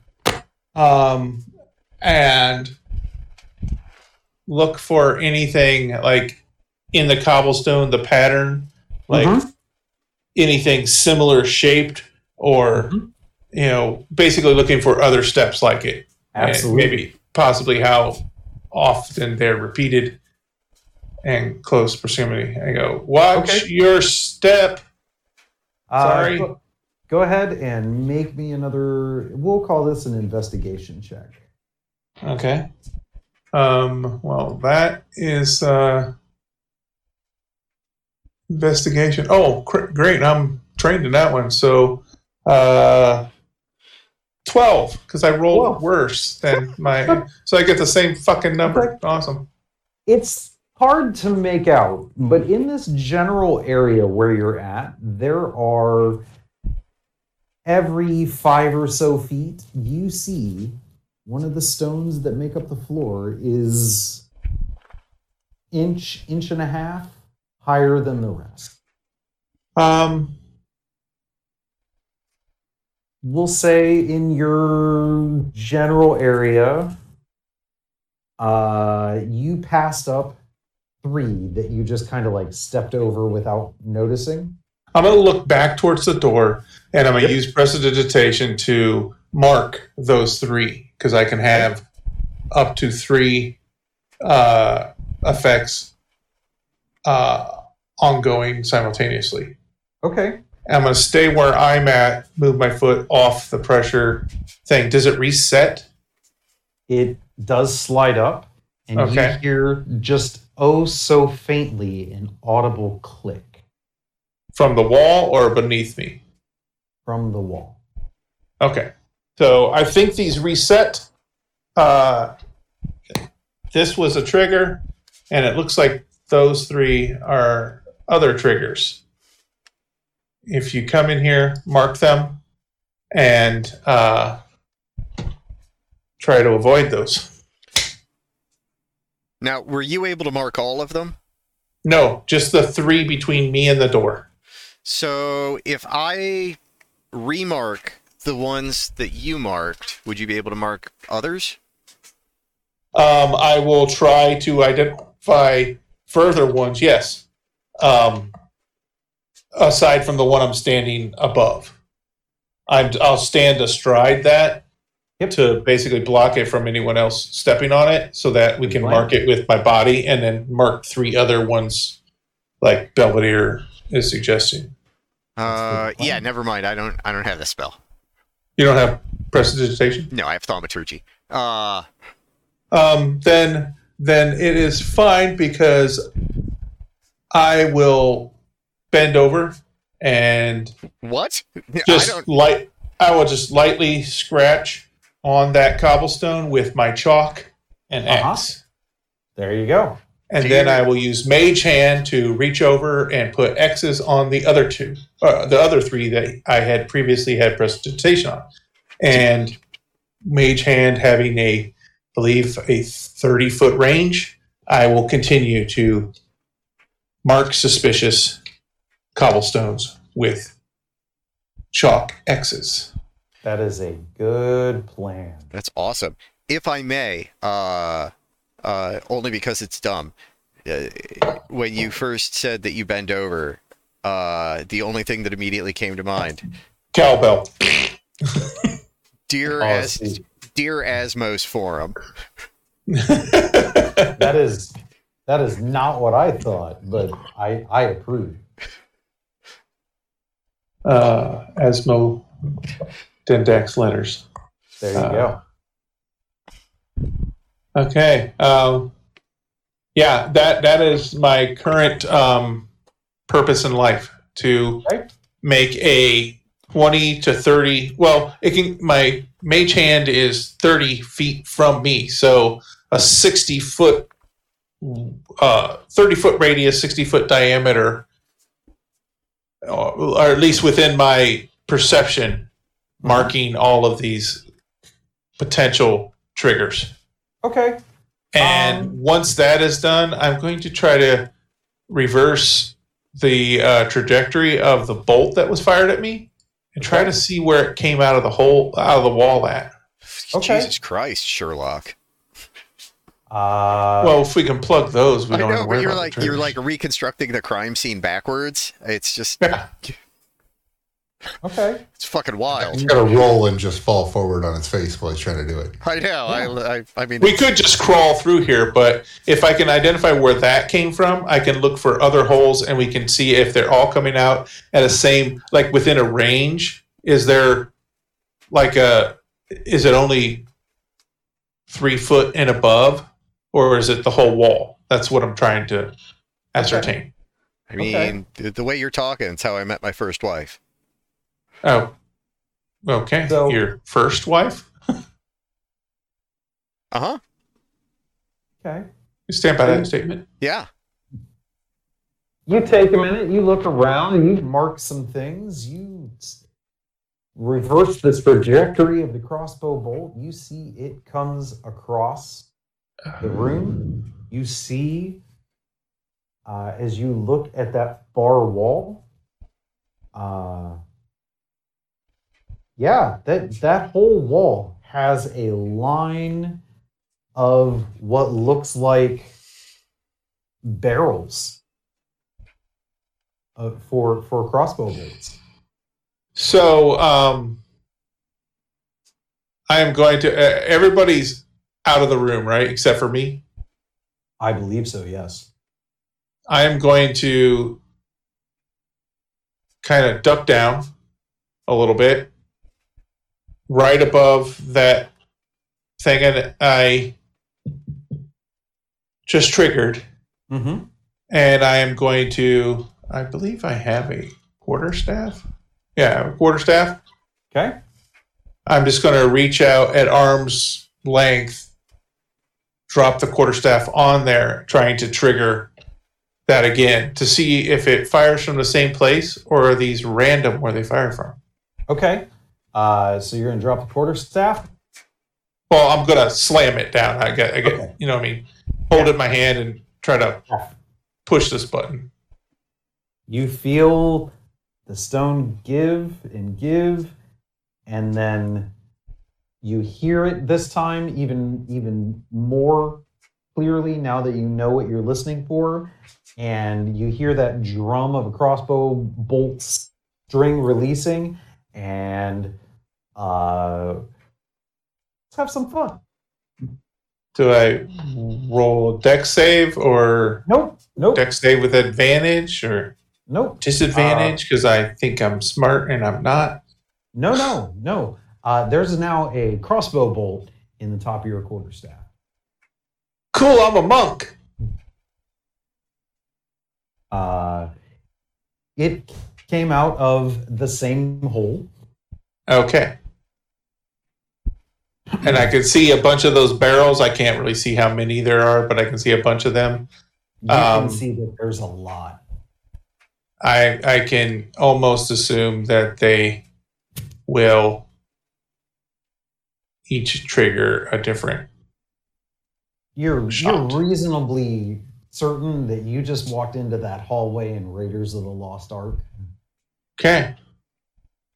um, and look for anything like in the cobblestone, the pattern, like
Mhm.
anything similar shaped, or
Mm-hmm.
you know, basically looking for other steps like it. and
Absolutely.
maybe possibly how often they're repeated and close proximity. I go, watch
Okay.
your step.
Uh,
Sorry.
go- go ahead and make me another. We'll call this an investigation check.
Okay. Um, well, that is uh, investigation. Oh, cr- great! I'm trained in that one. So, uh, twelve because I rolled
Whoa.
worse than my, so I get the same fucking number. Awesome.
It's hard to make out, but in this general area where you're at, there are every five or so feet, you see one of the stones that make up the floor is inch, inch and a half higher than the rest.
Um,
we'll say in your general area uh you passed up three that you just kind of like stepped over without noticing
I'm gonna look back towards the door, and I'm gonna
Yep.
use prestidigitation to mark those three because I can have up to three uh, effects uh, ongoing simultaneously.
okay
And I'm gonna stay where I'm at, move my foot off the pressure thing. Does it reset?
it does slide up and
Okay.
you hear just oh so faintly an audible click
From the wall or beneath me?
from the wall
Okay. So I think these reset. Uh, this was a trigger, and it looks like those three are other triggers. If you come in here, mark them, and uh, try to avoid those.
Now, were you able to mark all of them?
No, just the three between me and the door.
So if I remark the ones that you marked, would you be able to mark others?
Um, I will try to identify further ones. Yes. Um, aside from the one I'm standing above, I'm, I'll stand astride that
Yep.
to basically block it from anyone else stepping on it, so that we can
Right.
mark it with my body and then mark three other ones, like Belvedere is suggesting.
Uh,
That's the plan.
yeah, never mind. I don't. I don't have the spell.
You don't have prestidigitation.
No, I have thaumaturgy. Uh,
um, then then it is fine because I will bend over and
what? I
just
don't.
light. I will just lightly scratch on that cobblestone with my chalk and
Uh-huh.
axe,
there you go
and
Do
then
you-
I will use mage hand to reach over and put X's on the other two, uh, the other three that I had previously had prestidigitation on, and mage hand having a believe a 30 foot range, I will continue to mark suspicious cobblestones with chalk X's.
that is a good plan
That's awesome. if I may, uh, uh, only because it's dumb. Uh, when you first said that you bend over, uh, the only thing that immediately came to mind,
Cowbell.
dear
Oh,
as
see.
dear Asmos forum.
That is that is not what I thought, but I I approve.
uh, Asmo Dendax Leonard's.
There you
Uh,
go.
Okay. Um, yeah, that that is my current um, purpose in life to
Right.
make a twenty to thirty. Well, it can. My mage hand is thirty feet from me, so a sixty foot, uh, thirty foot radius, sixty foot diameter, or, or at least within my perception, marking all of these potential triggers.
Okay.
And
Um,
once that is done, I'm going to try to reverse the uh, trajectory of the bolt that was fired at me and try to see where it came out of the hole out of the wall at.
Okay.
Jesus Christ, Sherlock.
Uh,
well, if we can plug those, we
I
don't have
know,
to
but
worry
you're
about
like
the
you're like
triggers.
reconstructing the crime scene backwards. It's just
Yeah.
okay.
it's fucking wild.
It's got to roll and just fall forward on its face while it's trying to do it.
I know. I, I I mean,
We could just crawl through here, but if I can identify where that came from, I can look for other holes and we can see if they're all coming out at the same, like within a range. Is there like a, is it only three foot and above or is it the whole wall? That's what I'm trying to ascertain.
I mean the, the way you're talking is how I met my first wife.
Oh, okay.
So-
Your first wife?
Uh huh.
Okay.
You stand by that statement?
Yeah.
You take a minute. You look around. You mark some things. You s- reverse this trajectory of the crossbow bolt. You see it comes across the room. You see uh, as you look at that far wall. Uh, yeah, that that whole wall has a line of what looks like barrels uh, for for crossbow bolts.
So um, I am going to. Uh, everybody's out of the room, right? Except for me.
I believe so. Yes.
I am going to kind of duck down a little bit, right above that thing that I just triggered,
Mm-hmm.
and I am going to. I believe I have a quarter staff. Yeah, I have a quarter staff.
Okay.
I'm just going to reach out at arm's length, drop the quarterstaff on there, trying to trigger that again to see if it fires from the same place or are these random where they fire from.
Okay. Uh, so you're gonna drop the quarter staff.
Well, I'm going to slam it down. I get, I get, you know what I mean? Hold it in my hand and try to push this button.
You feel the stone give and give, and then you hear it this time even even more clearly now that you know what you're listening for, and you hear that drum of a crossbow bolt string releasing, and uh, let's have some fun.
Do I roll deck save or
Nope, nope,
deck save with advantage or
nope.
disadvantage? Because I think I'm smart and I'm not.
No, no, no. Uh, there's now a crossbow bolt in the top of your quarterstaff.
Cool, I'm a monk.
Uh, it came out of the same hole.
Okay. And I could see a bunch of those barrels. I can't really see how many there are, but I can see a bunch of them.
You
Um,
can see that there's a lot.
I I can almost assume that they will each trigger a different.
You're
Shot.
you're reasonably certain that you just walked into that hallway in Raiders of the Lost Ark.
Okay,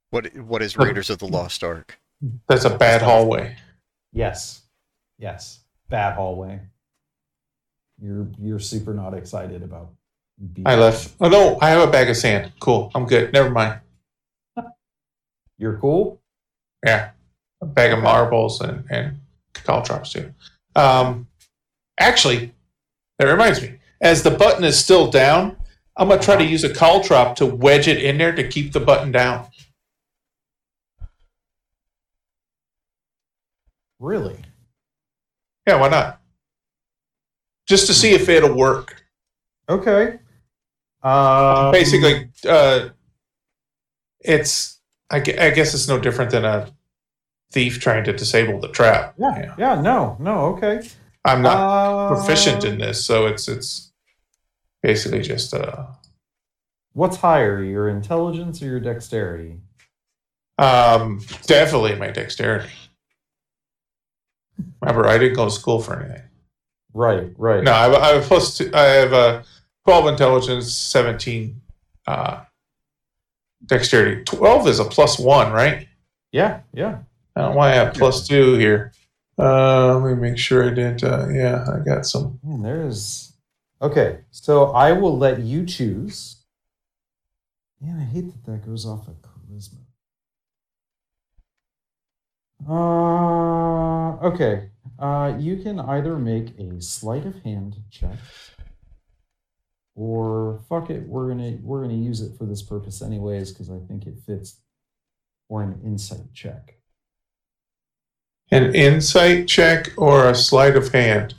What what is Raiders of the Lost Ark?
that's a bad hallway.
Yes. Yes, bad hallway. You're you're super not excited about. Being
I left. Oh no, I have a bag of sand. Cool. I'm good. Never mind.
You're cool.
Yeah, a bag of marbles and and cacao drops too. Um, actually, that reminds me. As the button is still down, I'm gonna try to use a call drop to wedge it in there to keep the button down.
Really?
Yeah, why not? Just to see if it'll work.
Okay. Um,
Basically, uh, it's I, gue- I guess it's no different than a thief trying to disable the trap.
Yeah. Yeah. No. No. Okay.
I'm not
Uh,
proficient in this, so it's it's basically just uh
What's higher, your intelligence or your dexterity?
um definitely my dexterity. Remember, I didn't go to school for anything.
Right. Right.
No, I have, I have plus two, I have a twelve intelligence, seventeen uh dexterity. Twelve is a plus one, right?
Yeah. Yeah.
I don't know why I have plus two here. Uh, let me make sure I didn't. Uh, yeah, I got some.
Man, there is. Okay, so I will let you choose. Man, I hate that that goes off of charisma. Uh, okay. Uh, you can either make a sleight of hand check, or fuck it, we're gonna we're gonna use it for this purpose anyways because I think it fits. Or an insight check.
An insight check or a sleight of hand.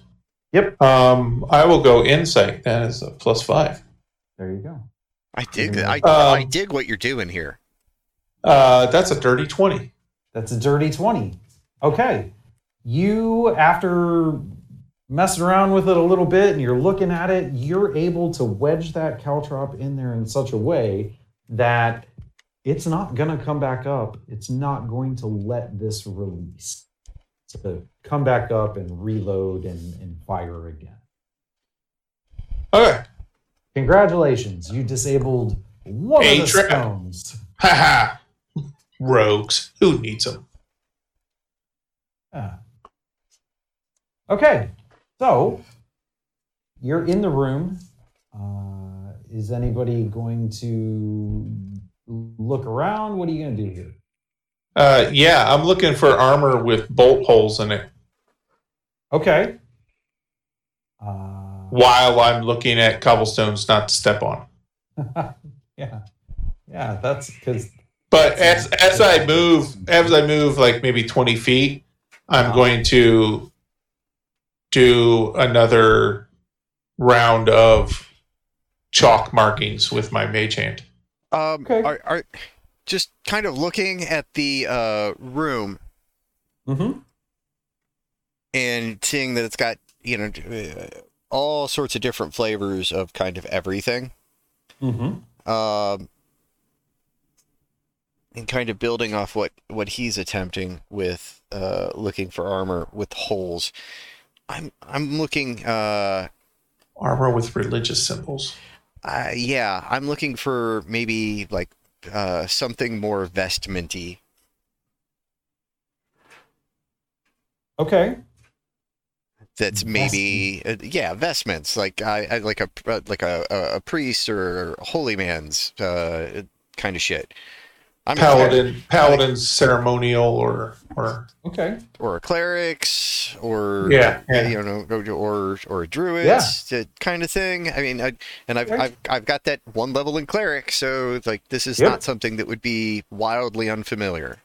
Yep.
Um, I will go insight. That is a plus five.
There you go.
I dig that. I,
Uh,
I dig what you're doing here.
Uh, that's a dirty twenty.
That's a dirty 20. Okay. You, after messing around with it a little bit and you're looking at it, you're able to wedge that caltrop in there in such a way that it's not going to come back up. It's not going to let this release. So come back up and reload and, and fire again.
Okay.
Congratulations. You disabled one
A
of the
trap.
stones.
Haha. Rogues. Who needs them?
Yeah. Uh, Okay, so you're in the room. Uh, is anybody going to look around? What are you going to do here?
Uh, yeah, I'm looking for armor with bolt holes in it
Okay. Uh,
while I'm looking at cobblestones not to step on.
yeah, yeah. That's because
But as as I move, as I move like maybe 20 feet, I'm going to do another round of chalk markings with my mage hand.
Um,
Okay.
are, are just kind of looking at the uh, room
mm-hmm,
and seeing that it's got you know uh, all sorts of different flavors of kind of everything.
mm-hmm.
um, and kind of building off what what he's attempting with uh, looking for armor with holes. I'm I'm looking uh,
Armor with religious symbols.
uh yeah I'm looking for maybe like uh, something more vestmenty.
okay.
That's maybe uh, yeah vestments like I, I like a uh, like a a a priest or holy man's uh, kind of shit. I'm a cleric-
Paladin, paladin's ceremonial or or
Okay.
or a clerics or
Yeah, yeah.
you know or or a druid
Yeah.
kind of thing i mean I, and I've,
Right.
I've i've got that one level in cleric so it's like this is
Yep.
not something that would be wildly unfamiliar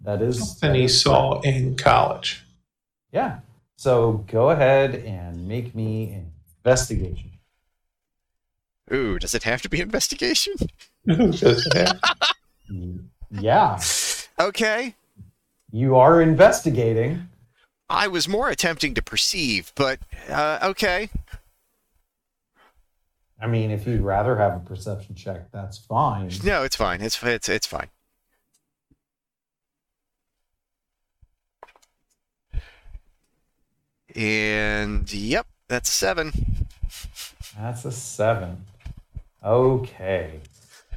That is
something he
that is-
saw in college.
Yeah. So go ahead and make me an investigation.
ooh does it have to be investigation
Yeah,
okay
you are investigating.
i was more attempting to perceive but uh, okay
I mean, if you'd rather have a perception check, that's fine.
no it's fine it's it's it's fine and yep that's seven
That's a seven. Okay.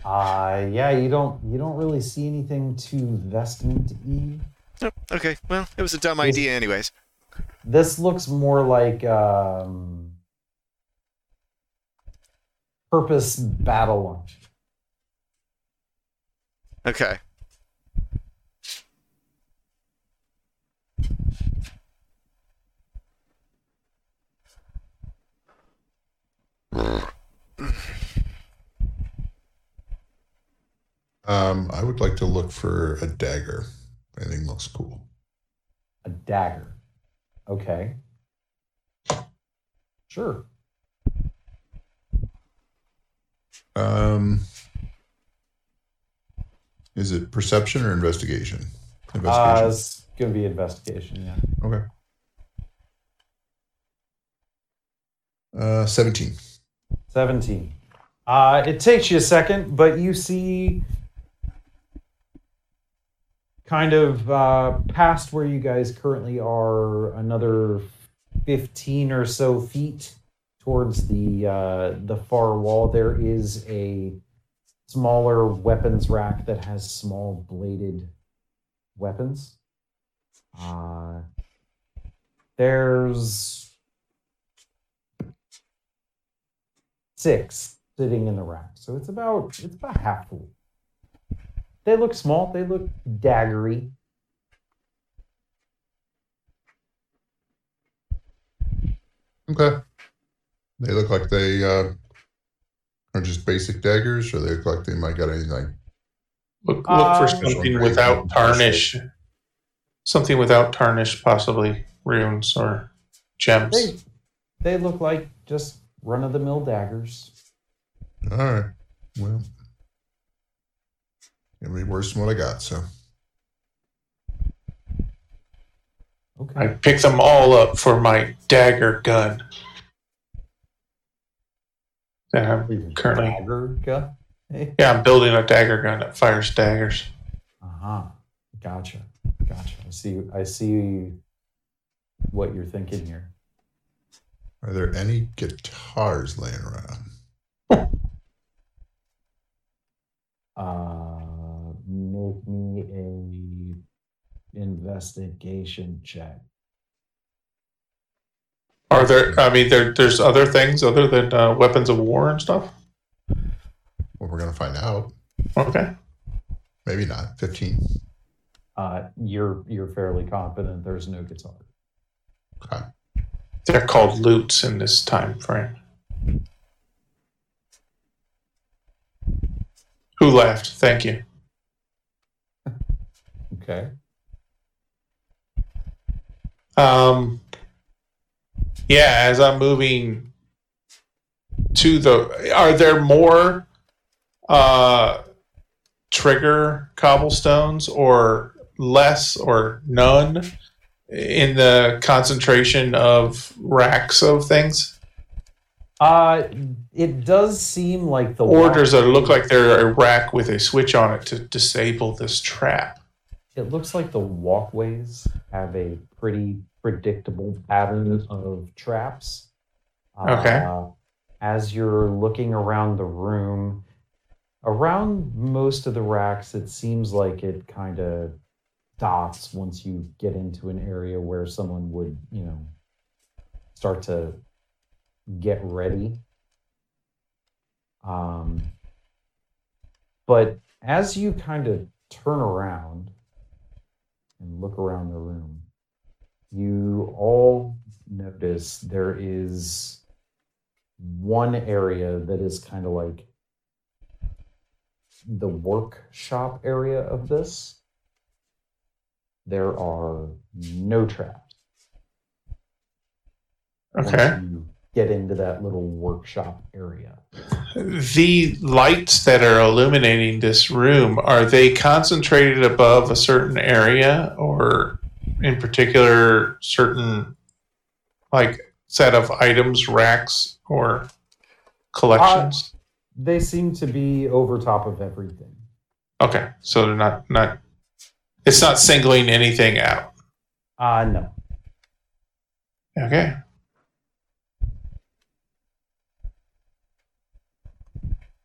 Uh yeah, you don't you don't really see anything too vestment y.
Oh, okay. Well, it was a dumb
Yes.
idea, anyways.
This looks more like um, purpose battle launch.
Okay.
Um, I would like to look for a dagger. I think looks cool.
A dagger. Okay. Sure.
Um, is it perception or investigation?
Uh,
Investigation.
it's gonna be investigation. Yeah.
okay. Uh, seventeen.
17. Uh, it takes you a second, but you see kind of uh, past where you guys currently are another 15 or so feet towards the uh, the far wall there is a smaller weapons rack that has small bladed weapons uh, there's six sitting in the rack. So it's about it's about half full. They look small. They look daggery.
Okay. They look like they uh, are just basic daggers, or they look like they might got anything.
Look, look
Um,
for something without tarnish. Something without tarnish, possibly runes or gems.
They they look like just run of the mill daggers.
All right. Well, it'd be worse than what I got. So
Okay.
I pick them all up for my dagger gun that I'm currently-
Dagger.
Yeah, I'm building a dagger gun that fires daggers.
Uh huh. Gotcha. Gotcha. I see. I see what you're thinking here.
are there any guitars laying around?
Uh, make me a investigation check.
Are there? I mean, there, there's other things other than uh, weapons of war and stuff.
Well, we're gonna find out.
Okay.
Maybe not. Fifteen.
Uh, you're you're fairly confident there's no guitar.
Okay.
They're called loots in this time frame. Who laughed? Thank you.
Okay.
Um, yeah, as I'm moving to the, are there more uh, trigger cobblestones or less or none in the concentration of racks of things?
Uh, it does seem like the
Or does it look like they're a rack with a switch on it to disable this trap?
It looks like the walkways have a pretty predictable pattern of traps.
Okay.
Uh, as you're looking around the room, around most of the racks, it seems like it kind of stops once you get into an area where someone would, you know, start to get ready. Um, but as you kind of turn around and look around the room, you all notice there is one area that is kind of like the workshop area of this. There are no traps. once
Okay.
you get into that little workshop area.
the lights that are illuminating this room are they concentrated above a certain area or in particular certain like set of items racks or collections
They seem to be over top of everything.
okay so they're not not it's not singling anything out
Uh no.
okay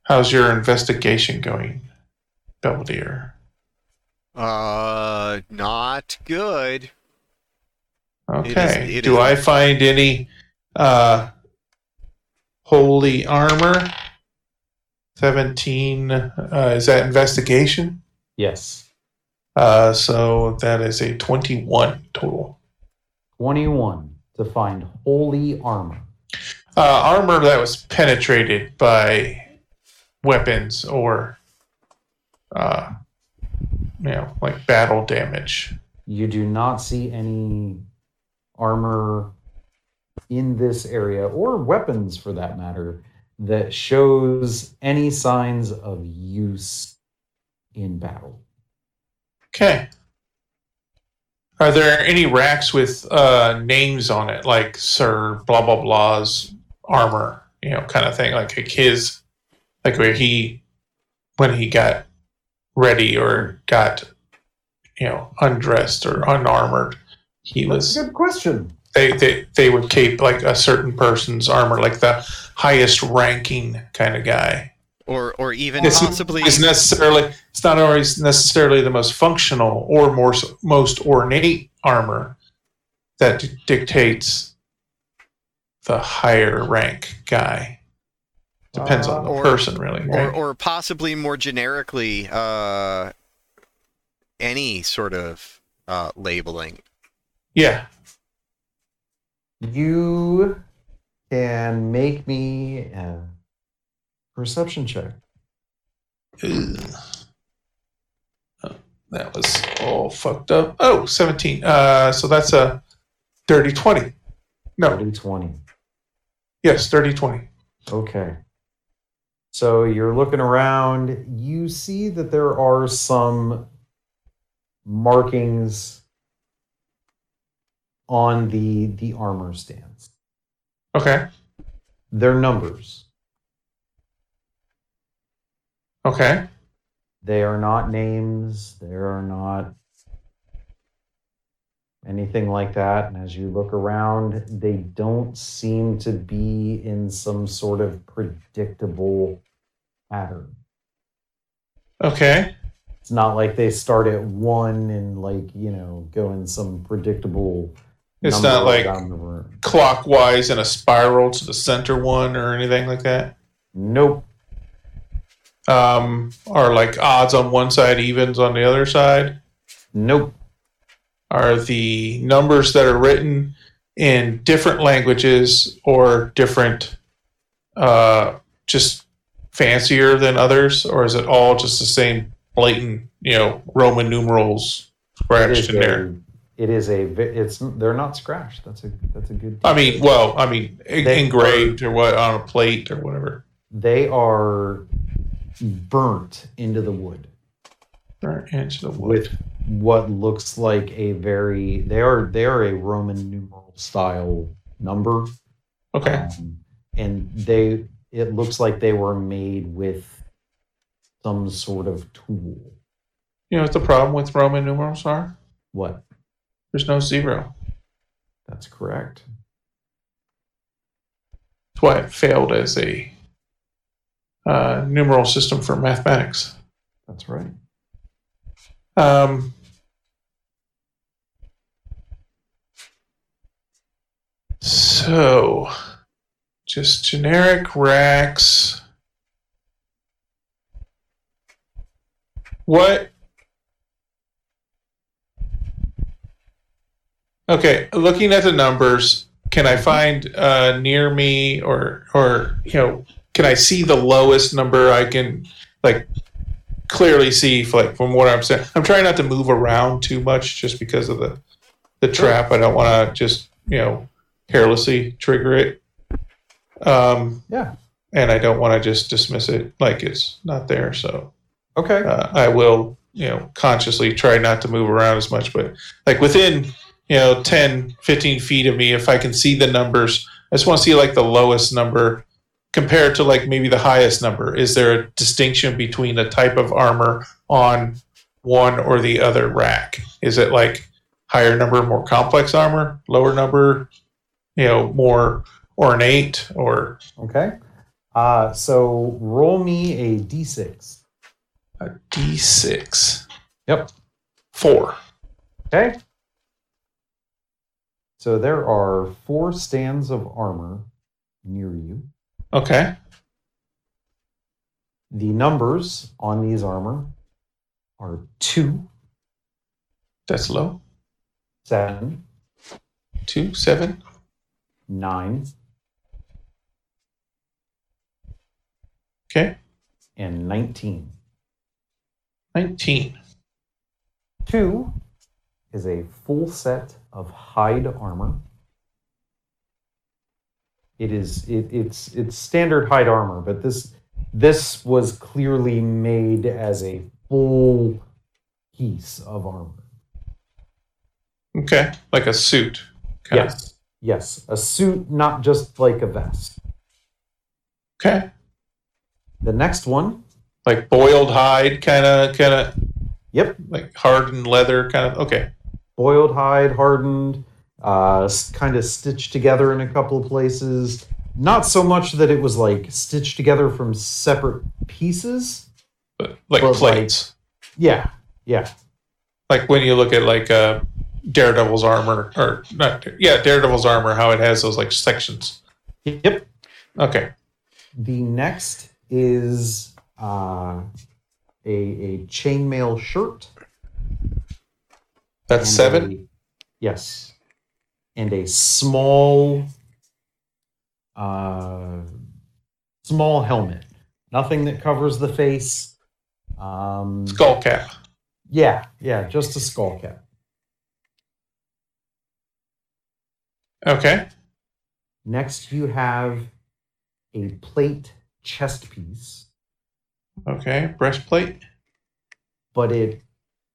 how's your investigation going belvedere
Uh, not good.
Okay.
It is- it
Do
is-
I find any uh, holy armor? 17. Uh, is that investigation?
Yes.
Uh, so that is a 21 total.
21 to find holy armor.
Uh, armor that was penetrated by weapons or, uh, you know, like battle damage.
You do not see any armor in this area or weapons for that matter that shows any signs of use in battle.
Okay. Are there any racks with uh, names on it, like Sir blah blah blah's armor, you know, kind of thing, like, like his, like where he, when he got ready or got, you know, undressed or unarmored, he was
Good question.
they they they would keep like a certain person's armor, like the highest ranking kind of guy.
Or or even
This is-
possibly
It's necessarily it's not always necessarily the most functional or more most ornate armor that d- dictates the higher rank guy. Depends on the
Uh, or-
person, really.
or,
right?
or possibly more generically uh any sort of uh labeling.
yeah,
You can make me a perception check.
Uh, that was all fucked up. Oh, 17. Uh, so that's a dirty 20. No,
30 20.
yes, dirty 20.
Okay. So you're looking around, you see that there are some markings on the the armor stands.
Okay,
They're numbers.
okay.
They are not names, they are not anything like that. And as you look around, they don't seem to be in some sort of predictable pattern.
Okay.
It's not like they start at one and like you know go in some predictable.
It's
number
not like-
around the room.
Clockwise in a spiral to the center one or anything like that.
Nope.
um, are like odds on one side, evens on the other side?
Nope.
Are the numbers that are written in different languages or different, uh, just fancier than others, or is it all just the same blatant, you know, Roman numerals
It
scratched
is
in there?
a- it is a. ve- It's they're not scratched. That's a that's a good.
I mean, well, I mean, en-
They-
engraved or what on a plate or whatever.
they are burnt into the wood
Or into the wood.
with what looks like a very. They are they are a Roman numeral style number.
Okay.
Um, and they, it looks like they were made with some sort of tool.
You know what the problem with Roman numerals are?
What?
There's no zero.
That's correct.
That's why it failed as a uh, numeral system for mathematics.
That's right.
Um, so, just generic racks. What? Okay, looking at the numbers, can I find uh, near me or or you know, can I see the lowest number I can like clearly see if, like from what I'm saying? I'm trying not to move around too much just because of the the trap. I don't want to just you know carelessly trigger it. Um,
Yeah.
and I don't want to just dismiss it like it's not there. So
Okay.
uh, I will, you know, consciously try not to move around as much, but like within, you know, 10, 15 feet of me, if I can see the numbers, I just want to see like the lowest number compared to like maybe the highest number. Is there a distinction between the type of armor on one or the other rack? Is it like higher number, more complex armor, lower number, you know, more ornate or
Okay. Uh, so roll me a d6.
a D6?
Yep.
Four.
Okay. So there are four stands of armor near you.
Okay.
The numbers on these armor are two,
That's low.
seven,
Two, seven.
nine,
Okay.
and 19.
19.
Two is a full set of hide armor. It is it, it's it's standard hide armor, but this this was clearly made as a full piece of armor.
Okay. Like a suit. kinda.
Yes. Yes, a suit, not just like a vest.
Okay.
The next one,
Like boiled hide, kind of, kind of
yep,
like hardened leather, kind of. Okay.
boiled hide, hardened, uh, kind of stitched together in a couple of places. Not so much that it was like stitched together from separate pieces.
But like
But, like-
plates.
Yeah, yeah,
Like, when you look at like uh, Daredevil's armor, or not, yeah, Daredevil's armor, how it has those like sections.
yep.
Okay.
The next is uh, a a chainmail shirt.
That's
and
seven.
a- yes, and a small, uh, small helmet. Nothing that covers the face. Um,
Skull cap.
Yeah, yeah, just a skull cap.
Okay.
Next, you have a plate chest piece,
Okay. Breastplate.
but it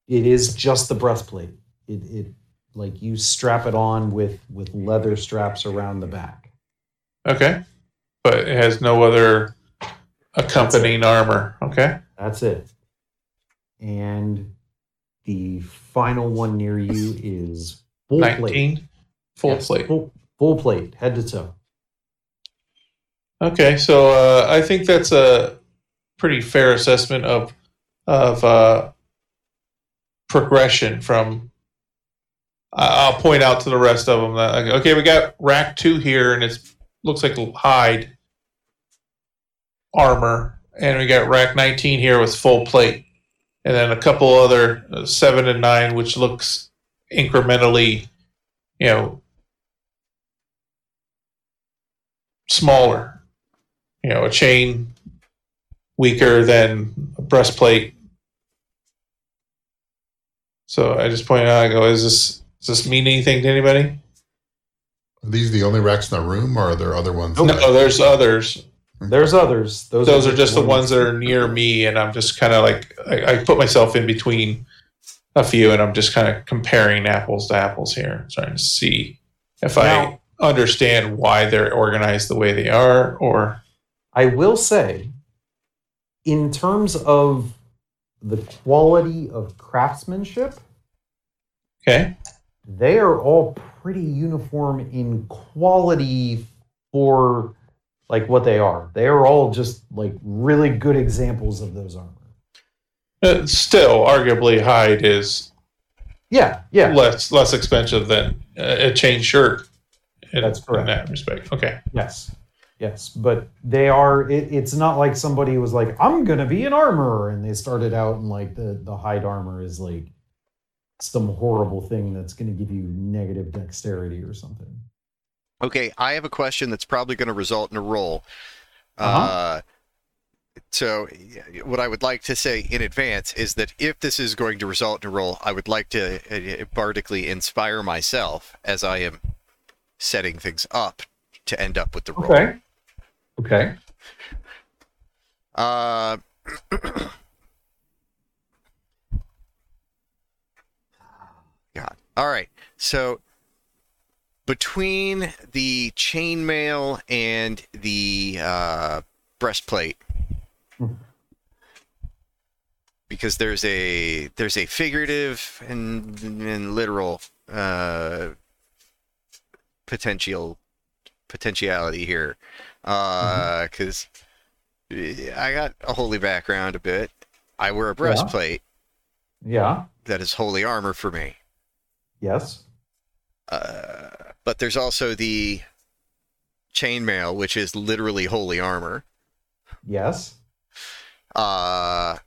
it is just the breastplate. It it like you strap it on with with leather straps around the back.
Okay. But it has no other accompanying armor. Okay.
That's it. And the final one near you is full plate.
19. Full
Yes,
plate.
Full, full plate, head to toe.
Okay. So uh, I think that's a pretty fair assessment of, of uh, progression from. I- I'll point out to the rest of them that, like, okay, we got rack two here, and it's looks like hide armor, and we got rack 19 here with full plate, and then a couple other uh, seven and nine, which looks incrementally, you know, smaller. You know, a chain weaker than a breastplate. So I just pointed out, I go, is this does this mean anything to anybody?
Are these the only racks in the room, or are there other ones?
No, there's others.
There's others. Those,
those are just the ones that are near me and i'm just kind of like I, I put myself in between a few and i'm just kind of comparing apples to apples here trying to see if
Now-
i understand why they're organized the way they are or
I will say, in terms of the quality of craftsmanship,
okay
they are all pretty uniform in quality for like what they are. They are all just like really good examples of those armor.
Uh, still arguably hide is
Yeah, yeah.
less less expensive than uh, a chain shirt in,
That's correct.
in that respect okay
Yes. Yes. But they are it, it's not like somebody was like, I'm gonna be an armorer and they started out and like the, the hide armor is like some horrible thing that's gonna give you negative dexterity or something.
Okay, I have a question that's probably going to result in a roll.
Uh-huh.
Uh, so, y- what I would like to say in advance is that if this is going to result in a roll, I would like to uh, uh, bardically inspire myself as I am setting things up to end up with the roll.
Okay.
Uh, God. All right. So between the chainmail and the uh, breastplate,
Mhm.
because there's a there's a figurative and and literal uh, potential potentiality here, because. I got a holy background a bit. I wear a breastplate
Yeah.
that is holy armor for me.
Yes.
Uh, but there's also the chainmail, which is literally holy armor.
Yes.
Uh,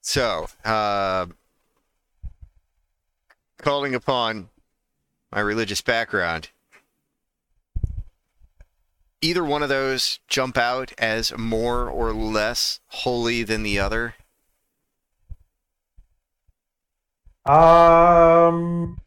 so, uh, calling upon my religious background, either one of those jump out as more or less holy than the other.
Um.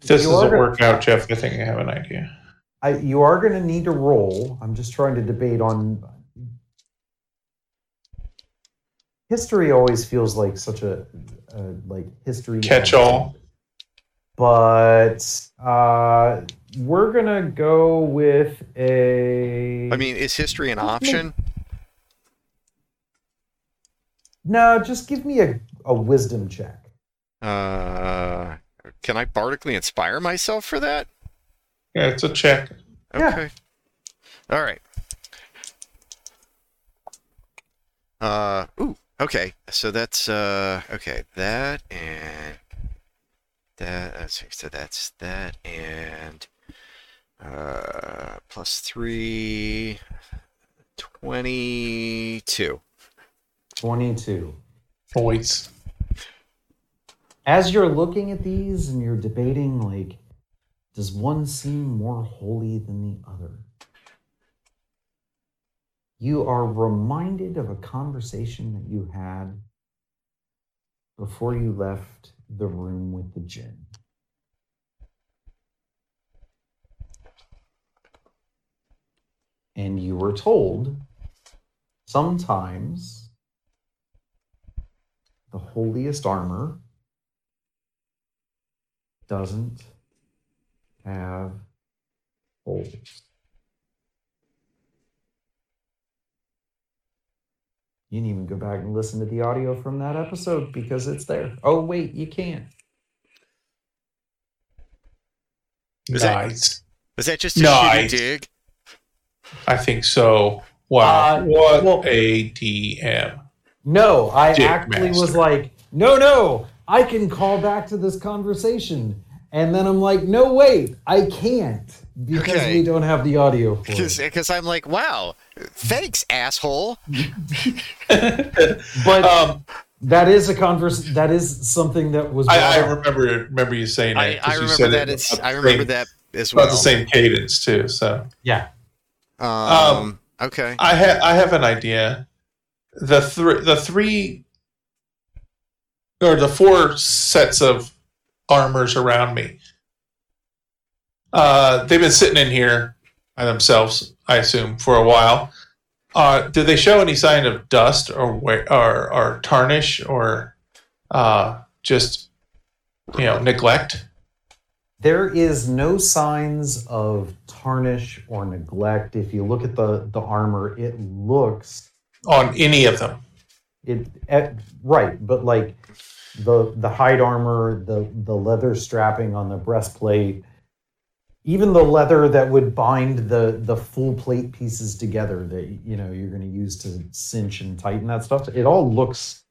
This
You
doesn't
are-
work out, Jeff. I think I have an idea.
I, you are going to need to roll. I'm just trying to debate on. History always feels like such a, a like history
Catch-all.
but uh, we're gonna go with a.
Hmm. I mean, is history an option?
no, just give me a, a wisdom check.
Uh, can I bardically inspire myself for that?
Yeah, it's a check.
Yeah.
Okay. All right. Uh ooh, okay. So that's uh okay, that and that uh, so so that's that and uh plus 3 22.
Twenty-two.
Voice.
as you're looking at these and you're debating like does one seem more holy than the other you are reminded of a conversation that you had before you left the room with the gin and you were told sometimes the holiest armor doesn't have holes. You can even go back and listen to the audio from that episode because it's there. Oh, wait, you can't.
Is that-
nice.
Was that just a shitty
Nice.
dig?
I think so. Wow.
Uh,
what
well-
a DM.
No, I
Dick
actually was
master.
like, no, no, I can call back to this conversation. And then I'm like, no, wait, I can't because
Okay.
we don't have the audio for it.
Because I'm like, wow, thanks, asshole.
But
Um,
that is a converse. That is something that was.
I, I
brought up.
remember remember you saying
I,
that.
I
'cause you
remember that.
it
It's,
about
I
the
remember
same-
that as
about
well.
the same cadence too. So
Yeah.
Um, okay.
I have I have an idea. The three the three or the four sets of armors around me. Uh, they've been sitting in here by themselves, I assume, for a while. Uh, do they show any sign of dust or wa- or, or tarnish or uh, just you know neglect?
There is no signs of tarnish or neglect. If you look at the the armor, it looks
on any of them.
it at, right, but like the the hide armor, the the leather strapping on the breastplate, even the leather that would bind the the full plate pieces together that you know you're going to use to cinch and tighten that stuff. It all looks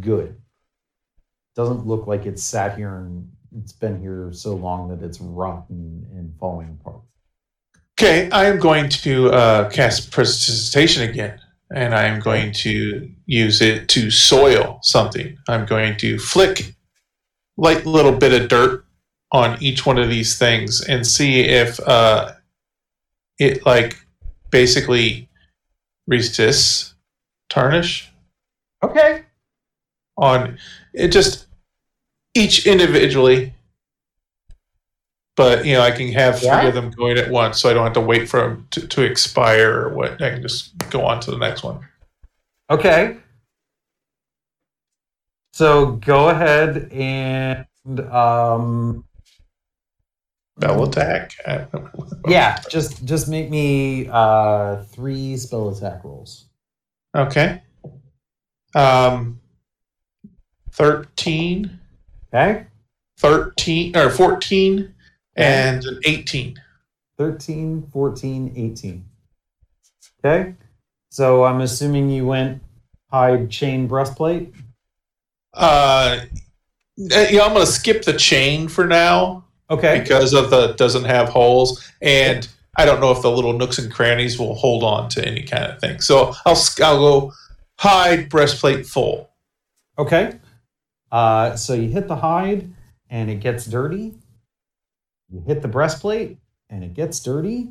good. Doesn't look like it's sat here and it's been here so long that it's rotten and falling apart.
Okay, I am going to uh, cast prestidigitation again, and I am going to use it to soil something. I'm going to flick light little bit of dirt on each one of these things and see if uh, it like basically resists tarnish
Okay.
on it just each individually but you know i can have three
Yeah.
of them going at once so i don't have to wait for them to, to expire or what i can just go on to the next one
Okay. So go ahead and um
bell attack I-
yeah, just just make me uh three spell attack rolls.
okay um 13
Okay?
13 or 14 and an 18
13, 14, 18. Okay? So I'm assuming you went hide chain breastplate?
Uh, yeah, I'm going to skip the chain for now
Okay.
because of the doesn't have holes, and I don't know if the little nooks and crannies will hold on to any kind of thing. So I'll s- I'll go hide breastplate full.
Okay. Uh, so you hit the hide and it gets dirty. You hit the breastplate and it gets dirty.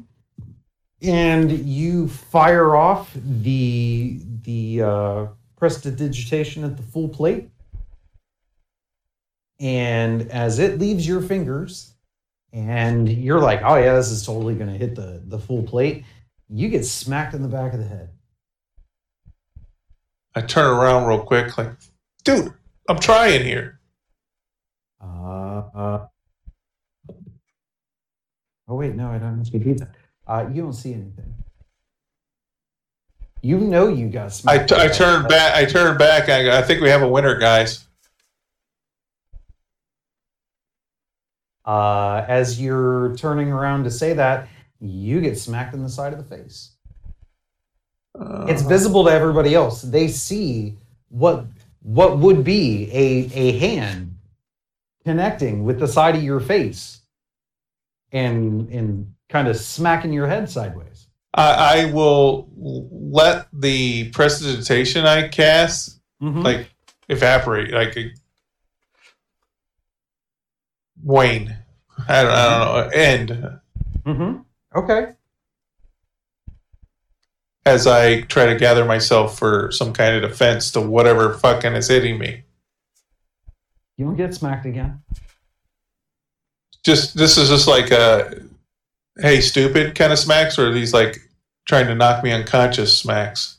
And you fire off the the uh, prestidigitation at the full plate. And as it leaves your fingers, and you're like, oh yeah, this is totally gonna hit the, the full plate, you get smacked in the back of the head.
I turn around real quick, like, dude, I'm trying here.
Uh, uh, oh wait, no, I don't have to do that. Uh, you don't see anything. You know you got
I,
smacked.
t- I turn back. I turn back. I, go, I think we have a winner, guys.
Uh, as you're turning around to say that, you get smacked in the side of the face. It's
Uh,
visible to everybody else. They see what what would be a a hand connecting with the side of your face, and and kind of smacking your head sideways.
I, I will let the prestidigitation I cast
Mhm.
like evaporate, like uh, wane. I don't, I don't know. End
Mm-hmm. Okay.
as I try to gather myself for some kind of defense to whatever fucking is hitting me.
You don't get smacked again.
Just this is just like a hey stupid kind of smacks, or are these like trying to knock me unconscious smacks.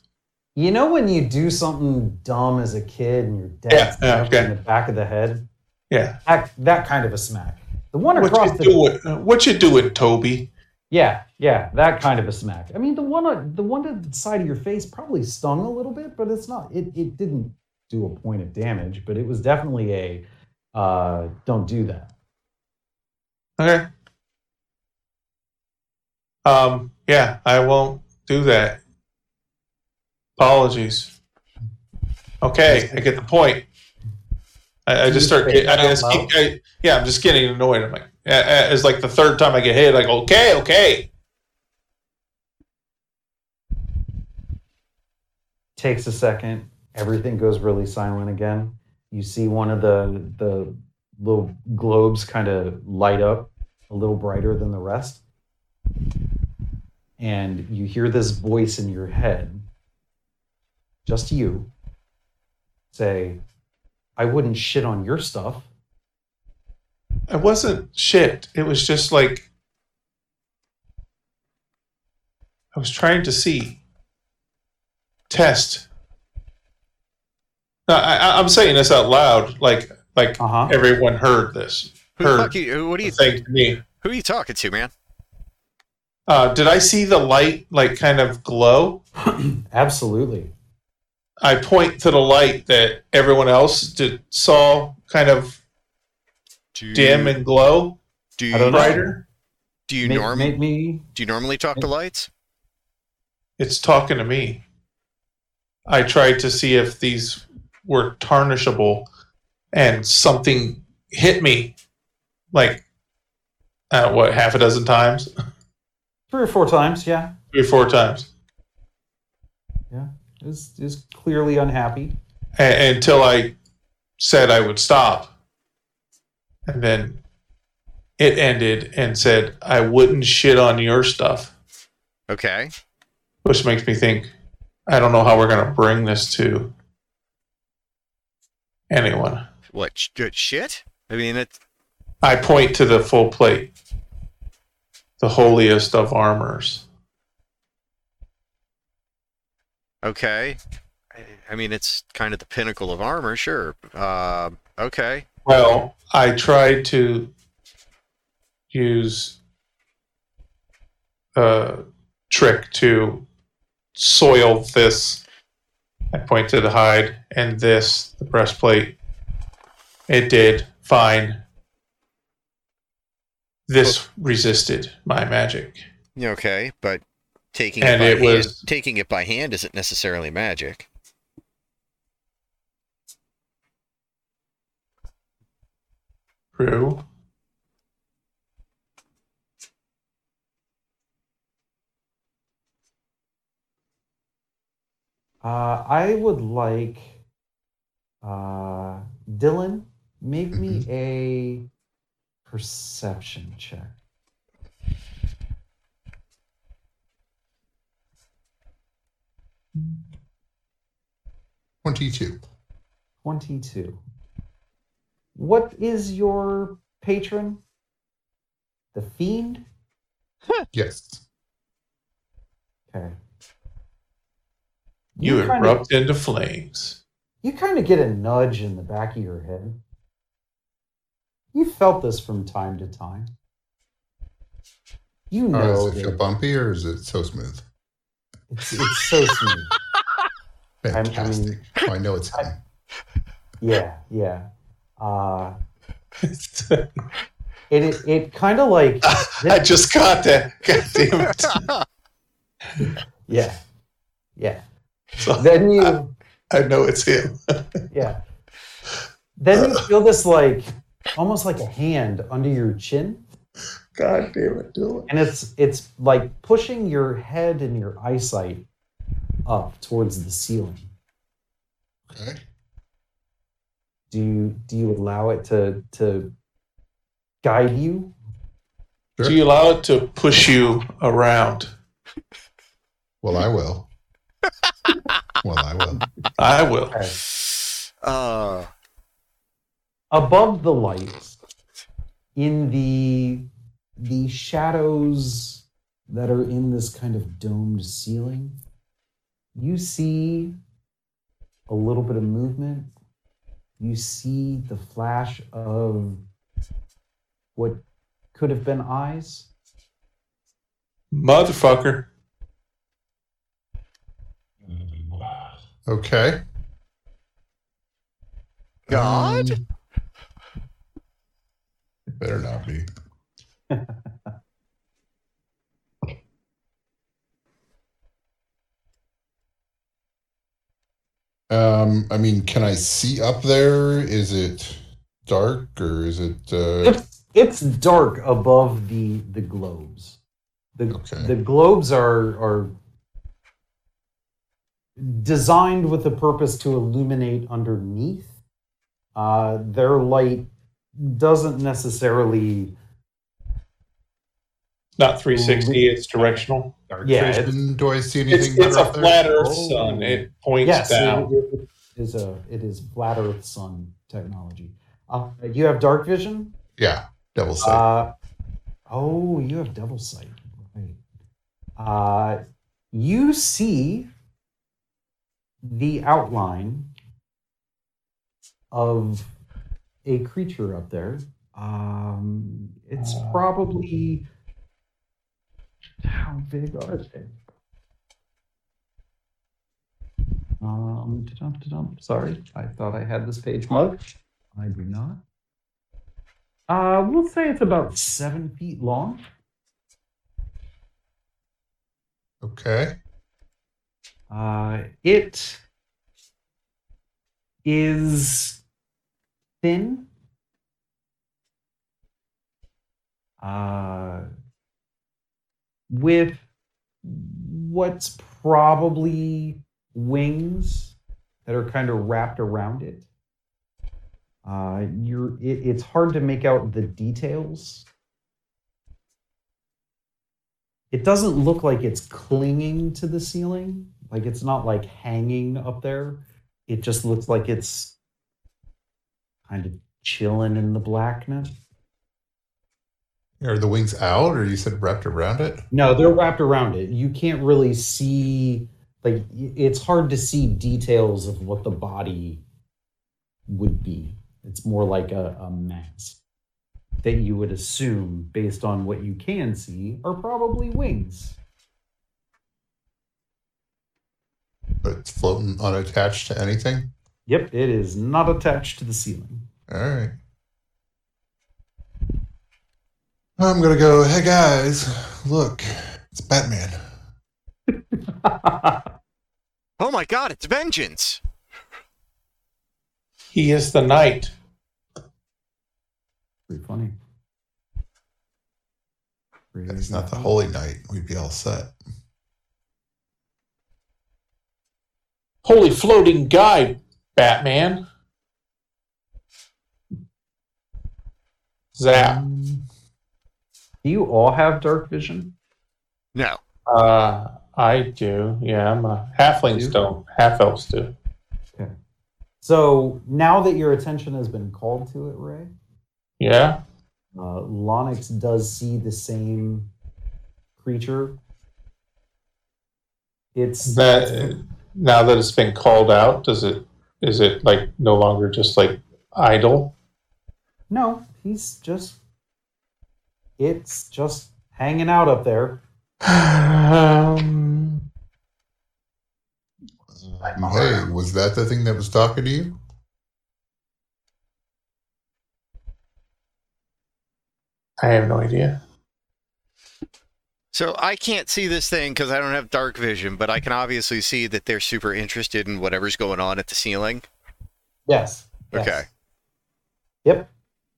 You know when you do something dumb as a kid and you're dead
Yeah, yeah, okay.
in the back of the head?
Yeah.
That, that kind of a smack. The one across
What
the
you doing? What you doing, Toby?
Yeah, yeah, that kind of a smack. I mean the one on the one to the side of your face probably stung a little bit, but it's not it it didn't do a point of damage, but it was definitely a uh don't do that.
Okay. Um, yeah, I won't do that. Apologies. Okay, I get the point. I, I just start. Get, I just keep, I, yeah, I'm just getting annoyed. I'm like, uh, uh, it's like the third time I get hit. Like, okay, okay.
takes a second everything goes really silent again you see one of the the little globes kind of light up a little brighter than the rest and you hear this voice in your head just you say i wouldn't shit on your stuff
I wasn't shit. It was just like I was trying to see. Test. No, I, I- I'm saying this out loud, like like
uh-huh
everyone heard this.
Who the
Heard.
fuck you? Who, what do you
Thank me.
Who are you talking to, man?
Uh, did I see the light, like kind of glow?
absolutely
I point to the light that everyone else did saw, kind of
Do,
dim and glow,
do you,
Mm. I don't know.
brighter.
do you
make,
norm,
make me
do you normally talk to lights?
It's talking to me. I tried to see if these were tarnishable and something hit me like uh, what half a dozen times
three or four times yeah
three or four times
is is clearly unhappy
a- until I said I would stop. And then it ended and said, I wouldn't shit on your stuff,
Okay.
which makes me think, I don't know how we're going to bring this to anyone.
What sh- good shit? I mean, it's
I point to the full plate, the holiest of armors.
okay. I- I mean, it's kind of the pinnacle of armor, sure. Uh, okay.
Well, I tried to use a trick to soil this. I point to the hide and this, the breastplate. It did fine. This resisted my magic.
Okay, but taking
And
it by
it
hand,
was-
taking it by hand isn't necessarily magic.
True.
Uh, I would like uh, Dylan, make me a perception check.
Twenty-two.
22. What is your patron? The Fiend?
Yes.
Okay.
You
kind of-
erupt into flames.
you kind of get a nudge in the back of your head. You felt this from time to time. You
Oh,
know
does it feel
that
bumpy or is it so smooth?
it's, it's so smooth. I'm- I mean-
Fantastic. Oh, I know it's him.
Yeah, yeah. Uh,
I
it it, it kind of like
just caught that. God damn it.
yeah, yeah.
So,
Then you
I know it's him.
yeah. Then you feel this like almost like a hand under your chin,
God damn it, do it.
and it's it's like pushing your head and your eyesight up towards the ceiling.
Okay.
Do you do you allow it to to guide you?
Do you allow it to push you around?
Well, I will. well, I will.
I will.
Okay.
Uh,
above the lights in the the shadows that are in this kind of domed ceiling you see a little bit of movement you see the flash of what could have been eyes
Motherfucker.
Okay.
God?
Um, better not be. um, I mean, can I see up there? Is it dark or is it? Uh,
it's it's dark above the the globes the
Okay.
the globes are are designed with the purpose to illuminate underneath uh their light doesn't necessarily
Not 360, it's directional.
yeah it-
And do I see
It's,
anything?
it's
better
a
up there?
flat earth sun. It points
yes it-
down.
it is a it is flat earth sun technology uh you have dark vision
Yeah, double sight.
Uh, oh, you have double sight. Right. Uh, you see the outline of a creature up there. Um, it's
Uh.
probably how big are they? Um, da-dum, da-dum. sorry, I thought I had this page marked. I do not. Uh, we'll say it's about seven feet long.
okay.
Uh, it is thin. Uh, with what's probably wings that are kind of wrapped around it. Uh, you're, it, it's hard to make out the details. It doesn't look like it's clinging to the ceiling. Like it's not like hanging up there. It just looks like it's kind of chilling in the blackness.
Are the wings out, or you said wrapped around it?
No, they're wrapped around it. You can't really see like y- it's hard to see details of what the body would be. It's more like a, a mass that you would assume based on what you can see are probably wings.
But it's floating unattached to anything.
Yep, it is not attached to the ceiling.
All right. I'm gonna go. Hey guys, look, it's Batman.
oh my God, it's vengeance.
He is the knight.
Pretty funny.
If it's not the Holy Night, we'd be all set.
Holy floating guy, Batman. Zap.
Do you all have dark vision?
No.
Uh, I do. Yeah, I'm a halflings
Do?
don't. Half elves do.
So now that your attention has been called to it, Ray,
Yeah.
uh, Lonix does see the same creature. It's
That now that it's been called out, does it? Is it like no longer just like idle?
no, he's just it's just hanging out up there.
um,
Hey, was that the thing that was talking to you?
I have no idea.
So I can't see this thing because I don't have dark vision, but I can obviously see that they're super interested in whatever's going on at the ceiling.
Yes. yes.
Okay.
Yep.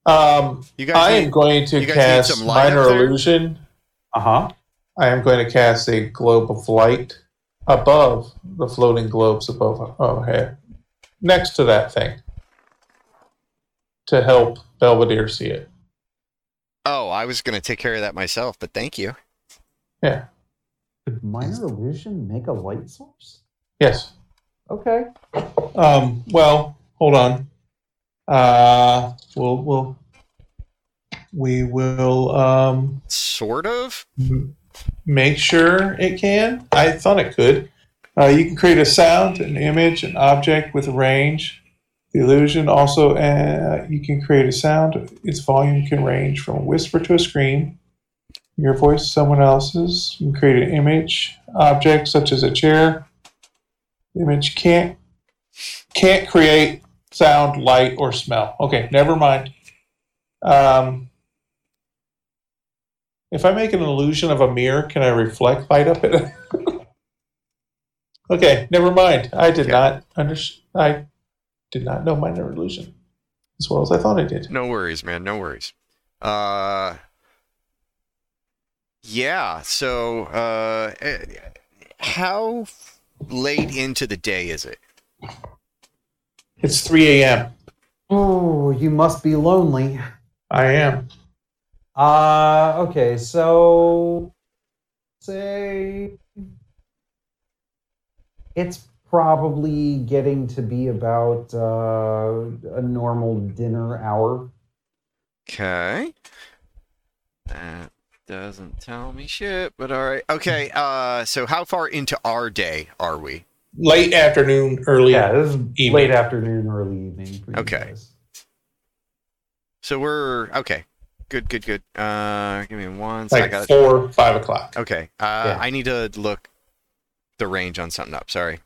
Um,
You
I
guys,
am
need,
going to
you guys need
cast
some light
minor
up there?
illusion.
Uh huh.
I am going to cast a globe of light above the floating globes above overhead, next to that thing, to help Belvedere see it.
oh, I was going to take care of that myself, but thank you.
Yeah.
Could minor illusion make a light source?
Yes.
Okay.
Um, well, hold on. Uh, we'll we'll we will um,
Sort of.
m- make sure it can. I thought it could. Uh, you can create a sound, an image, an object with range. The illusion also, uh, you can create a sound. Its volume can range from a whisper to a scream. Your voice, someone else's. You can create an image, object such as a chair. The image can't can't create sound, light, or smell. Okay, never mind. Um, if I make an illusion of a mirror, can I reflect light up it? okay, never mind. I did
Okay.
not understand. I did not know minor illusion as well as I thought I did.
No worries, man. No worries. Uh, yeah. So, uh, eh, how late into the day is it?
It's 3 a.m.
Oh, you must be lonely.
I am.
Uh okay, so say it's probably getting to be about uh, a normal dinner hour.
Okay. That doesn't tell me shit, but all right. Okay. Uh, so how far into our day are we?
Late afternoon, early.
Yeah, this is
Evening.
late afternoon, early evening. For you
Okay.
guys.
So we're okay. Good, good, good. Uh, give me one sec. I
Like
got it.
four, five o'clock.
Okay. Uh,
Yeah.
I need to look the range on something up. Sorry.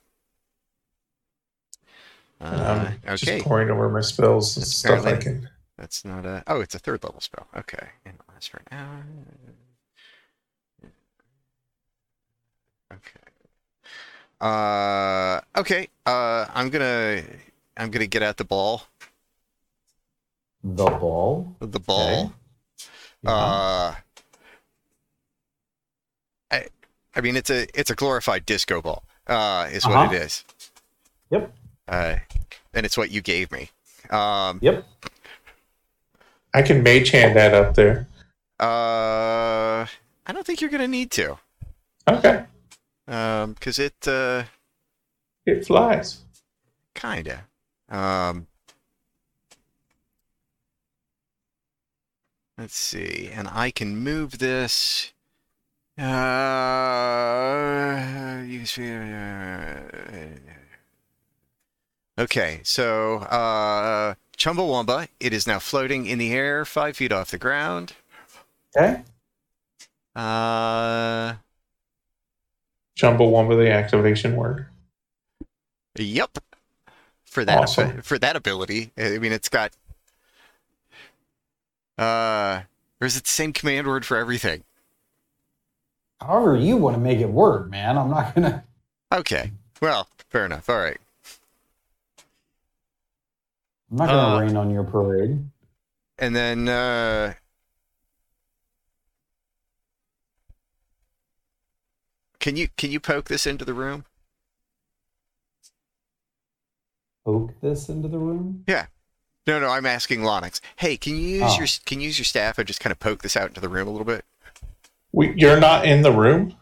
Uh,
Um,
okay.
Just pouring over my spells and stuff I
Apparently.
can.
That's not a. Oh, it's a third level spell. Okay, and it lasts for an hour. Okay. Uh, okay. Uh, I'm gonna, I'm gonna get out the ball.
The ball.
The ball.
Yeah.
Uh, I, I mean, it's a, it's a glorified disco ball. Uh, is what
Uh-huh.
it is.
Yep.
Uh, and it's what you gave me. Um.
yep.
I can mage hand that up there.
Uh, I don't think you're gonna need to.
Okay,
um because it uh
it flies.
kinda um let's see and i can move this uh you see uh, okay so uh chumbawamba it is now floating in the air five feet off the ground
Okay.
uh
Jumbo one with the activation word.
Yep. For that
Awesome.
abi- for that ability. I mean it's got uh or is it the same command word for everything?
However you want to make it work, man. I'm not gonna
Okay. Well, fair enough. All right.
I'm not gonna
Uh,
rain on your parade.
And then uh Can you can you poke this into the room?
Poke this into the room.
No, no, I'm asking Lonix. Hey, can you use
Oh.
your can you use your staff and just kind of poke this out into the room a little bit?
We, you're not in the room.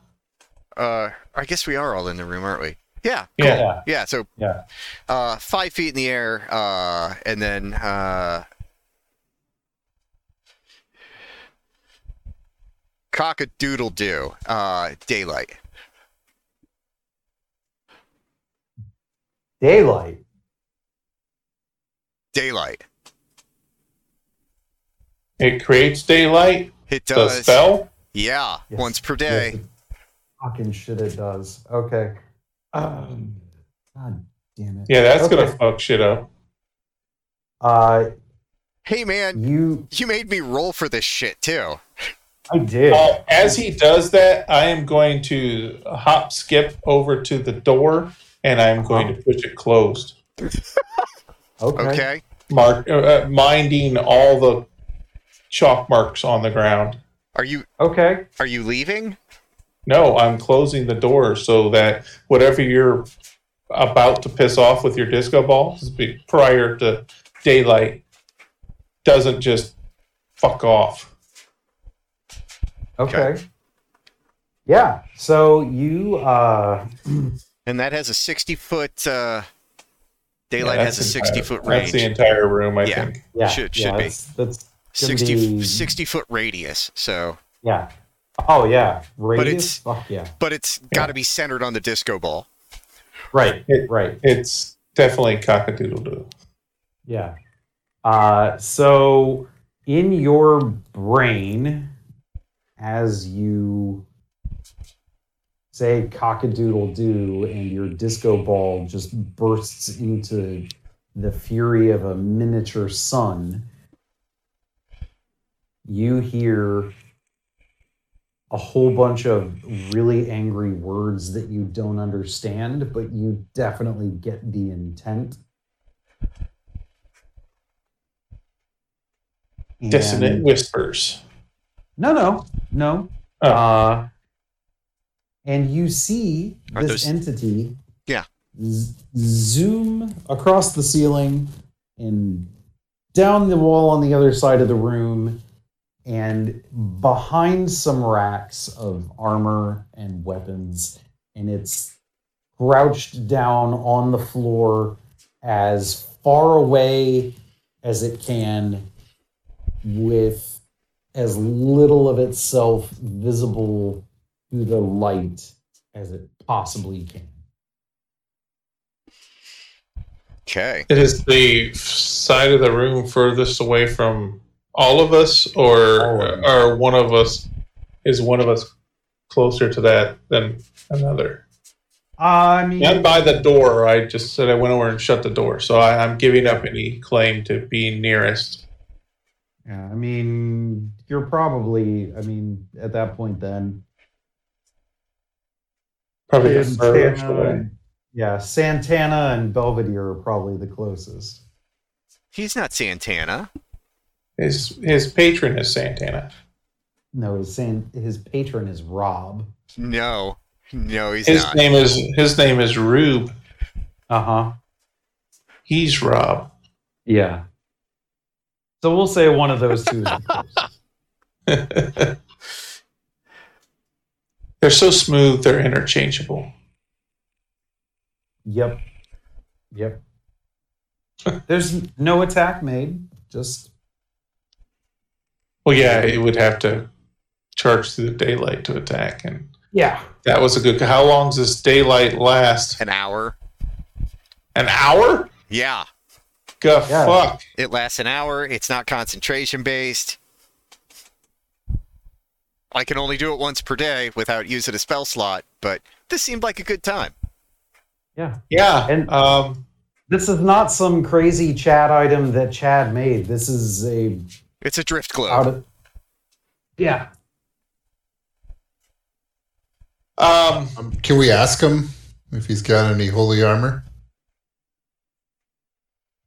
Uh I guess we are all in the room, aren't we? Yeah.
Yeah.
Yeah, so
Yeah.
uh five feet in the air, uh and then uh cock a doodle do, uh daylight.
Daylight.
Daylight.
It creates daylight.
It
The
does.
spell.
Yeah,
Yes.
once per
Yes,
day.
it fucking shit, it does. Okay. Um, God damn it.
Yeah, that's
Okay.
gonna fuck shit up.
Uh,
Hey man,
you.
you made me roll for this shit too.
I did.
Uh, as he does that, I am going to hop skip over to the door, and I'm going to push it closed.
okay.
Okay.
Mark, uh, uh, minding all the chalk marks on the ground.
Are you
Okay.
are you leaving?
No, I'm closing the door so that whatever you're about to piss off with your disco ball this is be- prior to daylight doesn't just fuck off.
Okay. Yeah. So you. Uh,
And that has a 60 foot uh daylight
Yeah,
has a
that's
60
entire-
foot
That's the
range.
entire room, I
Yeah.
think.
yeah.
Should-
yeah,
should be.
That's, that's gonna
60
be-
60 foot radius. So,
Yeah. Oh yeah. Radius.
it's-
Fuck yeah.
but it's got to be centered on the disco ball.
Right.
It-
right.
It's definitely cockadoodle doo.
Yeah. Uh, so in your brain, as you say cockadoodle doo, and your disco ball just bursts into the fury of a miniature sun, you hear a whole bunch of really angry words that you don't understand, but you definitely get the intent.
Dissonant
And-
whispers.
No, no, no.
Oh.
Uh, and you see
Are
this
those-
entity
Yeah.
z- zoom across the ceiling and down the wall on the other side of the room and behind some racks of armor and weapons. And it's crouched down on the floor as far away as it can with as little of itself visible to the light as it possibly can.
Okay.
It is the f- side of the room furthest away from all of us, or
All of us.
or one of us is one of us closer to that than another.
Uh, I mean,
And by the door, I just said I went over and shut the door, so I, I'm giving up any claim to being nearest.
yeah, I mean, you're probably, I mean, at that point, then
Probably the
Santana
furthest away.
and- yeah, Santana and Belvedere are probably the closest.
He's not Santana.
His his patron is Santana.
No, his San, his patron is Rob.
No. No, he's
His
not.
name is his name is Rube.
Uh huh.
He's Rob.
Yeah. So we'll say one of those two. Is the closest.
They're so smooth; they're interchangeable.
yep. Yep. There's no attack made. Just
Well, yeah, it would have to charge through the daylight to attack, and
yeah.
that was a good. How long does this daylight last?
An hour.
An hour?
Yeah.
Guff,
Yeah.
fuck.
It lasts an hour. It's not concentration based. I can only do it once per day without using a spell slot, but this seemed like a good time.
Yeah.
Yeah,
And-
um,
This is not some crazy Chad item that Chad made. This is a
It's a drift globe.
out of Yeah.
um,
Um, can we ask him if he's got any holy armor?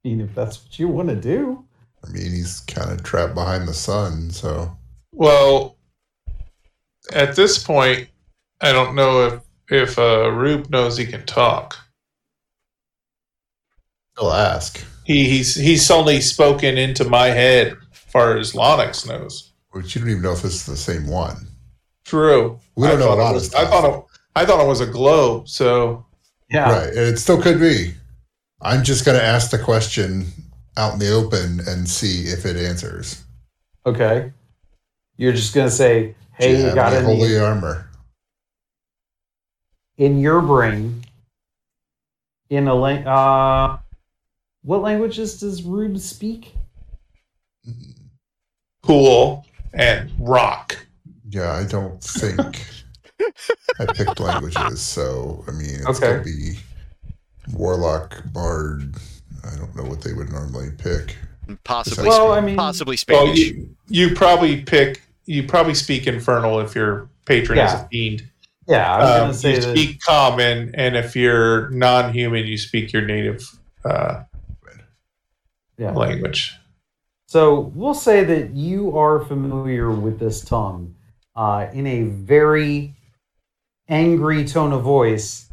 I mean, if that's what you want to do.
I mean, he's kind of trapped behind the sun, so
Well, at this point, I don't know if if uh, Rube knows he can talk.
he'll ask,
He he's he's only spoken into my head, as far as Lonix knows.
which you don't even know if it's the same one.
True.
We don't
I
know a
thought
lot
it
of
was,
stuff.
I thought it, I thought it was a glow. So
Yeah.
Right. And it still could be. I'm just going to ask the question out in the open and see if it answers.
Okay. You're just gonna say,
Do
"Hey,
you
you
have
got
any
any?"
holy armor.
in your brain in a lang- uh what languages does Rube speak?
cool and rock.
Yeah, I don't think I picked languages. So, I mean, it's
Okay.
going to be warlock, bard. I don't know what they would normally pick.
Possibly,
Well, I mean,
possibly
Well,
Spanish.
you you probably pick you probably speak infernal if your patron is
Yeah.
a fiend.
yeah, I was
Um,
gonna say
you
that.
speak common, and if you're non-human, you speak your native uh,
yeah.
language.
So we'll say that you are familiar with this tongue uh, in a very angry tone of voice.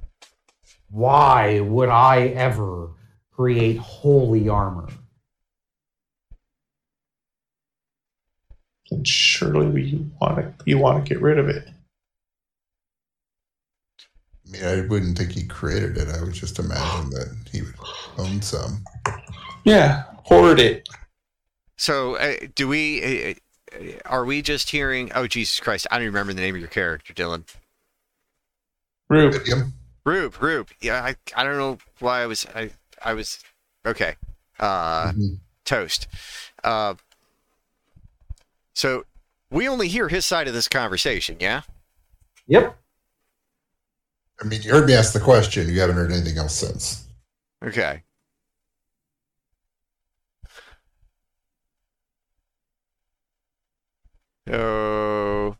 Why would I ever create holy armor?
Then surely we want to you want to get rid of it.
I mean, I wouldn't think he created it. I would just imagine that he would own some.
Yeah, hoard it.
So, uh, do we? Uh, uh, are we just hearing? Oh, Jesus Christ! I don't even remember the name of your character, Dylan.
Rube,
Idiom?
Rube, Rube. Yeah, I, I don't know why I was, I, I was, okay. Uh,
Mhm.
toast. Uh, so we only hear his side of this conversation, yeah.
Yep.
I mean, you heard me ask the question. You haven't heard anything else since.
Okay. So,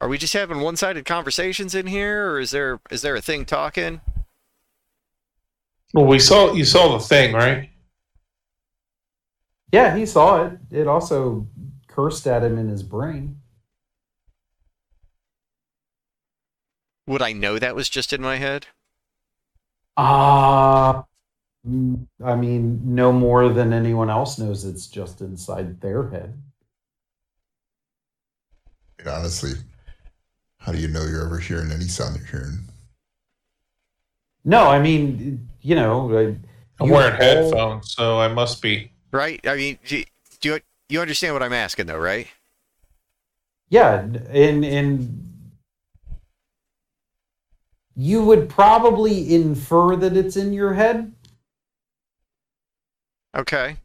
are we just having one-sided conversations in here, or is there is there a thing talking?
well, we saw you saw the thing, right?
Yeah, he saw it. It also cursed at him in his brain.
Would I know that was just in my head?
Uh, mm, I mean, no more than anyone else knows it's just inside their head.
I mean, honestly, how do you know you're ever hearing any sound you're hearing?
No, I mean, you know, I-
I'm
you
wearing
all-
headphones, so I must be.
Right? I mean, do do you, you understand what I'm asking though, right?
Yeah, and and you would probably infer that it's in your head.
Okay.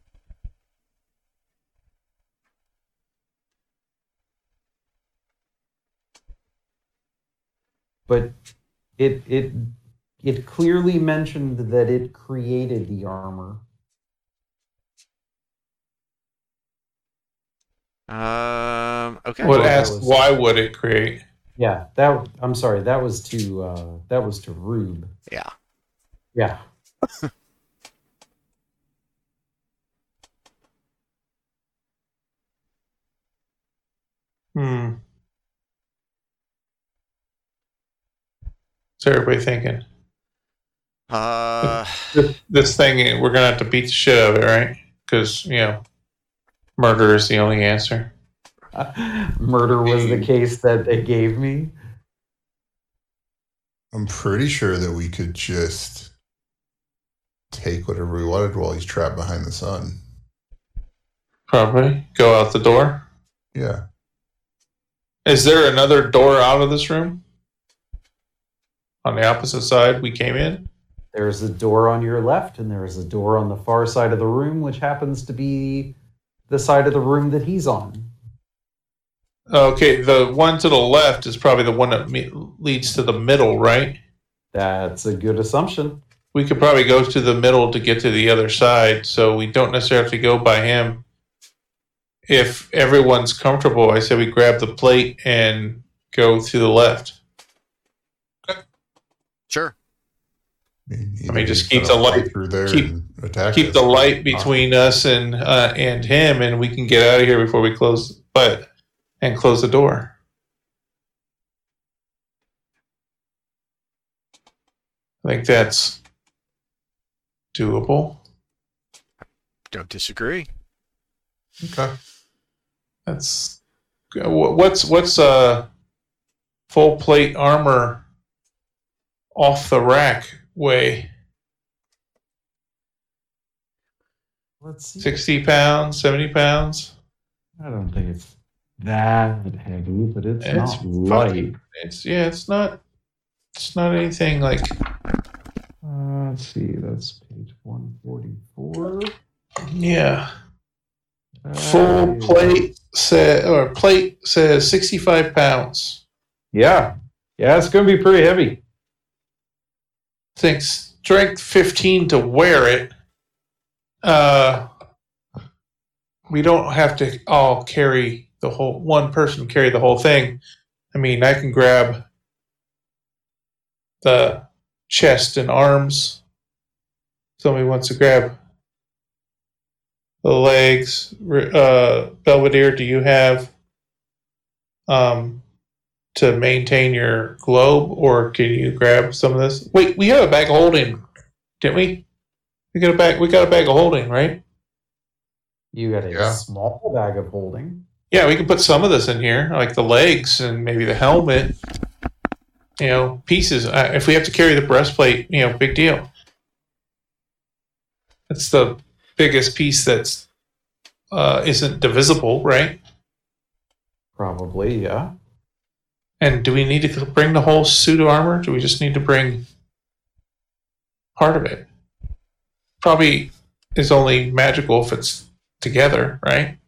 but it it it clearly mentioned that it created the armor.
Um. Okay.
Would
thought that
ask
was-
why would it create?
Yeah, that I'm sorry, that was to uh that was to Rube.
Yeah.
Yeah.
Hmm. What's everybody thinking?
Uh.
This, this thing, eh, we're gonna have to beat the shit out of it, right? Because you know, murder is the only answer.
Murder was the case that they gave me.
I'm pretty sure that we could just take whatever we wanted while he's trapped behind the sun.
Probably go out the door.
Yeah.
Is there another door out of this room? On the opposite side we came in?
There's a door on your left and there is a door on the far side of the room which happens to be the side of the room that he's on.
Okay, the one to the left is probably the one that me- leads to the middle, right?
That's a good assumption.
We could probably go to the middle to get to the other side, so we don't necessarily have to go by him. If everyone's comfortable, I say we grab the plate and go to the left.
Sure.
I mean,
mean,
either
just
he's
keep
gonna
the
fly
light-
through there
keep-
and attack.
keep
us.
the light between us and uh, and him, and we can get out of here before we close. But and close the door. I think that's doable.
Don't disagree.
Okay.
That's wh- what's what's uh full plate armor off the rack weigh
Let's see.
sixty pounds, seventy pounds.
I don't think it's that heavy, but it's,
It's
not light.
It's yeah, it's not it's not anything like
Uh, let's see. That's page one forty-four.
yeah. Full plate said, or plate says 65 pounds.
Yeah, yeah. It's gonna be pretty heavy.
Think strength 15 to wear it. Uh, we don't have to all carry the whole. One person carry the whole thing. I mean, I can grab the chest and arms. Somebody wants to grab the legs. R- Uh, Belvedere, do you have um, to maintain your globe, or can you grab some of this? Wait, we have a bag of holding, didn't we? We got a bag. We got a bag of holding, right?
You got a
Yeah.
small bag of holding.
Yeah, we can put some of this in here, like the legs and maybe the helmet. You know, pieces. Uh, if we have to carry the breastplate, you know, big deal. It's the biggest piece that's uh, isn't divisible, right?
Probably, yeah.
And do we need to bring the whole suit of armor? Do we just need to bring part of it? Probably is only magical if it's together, right?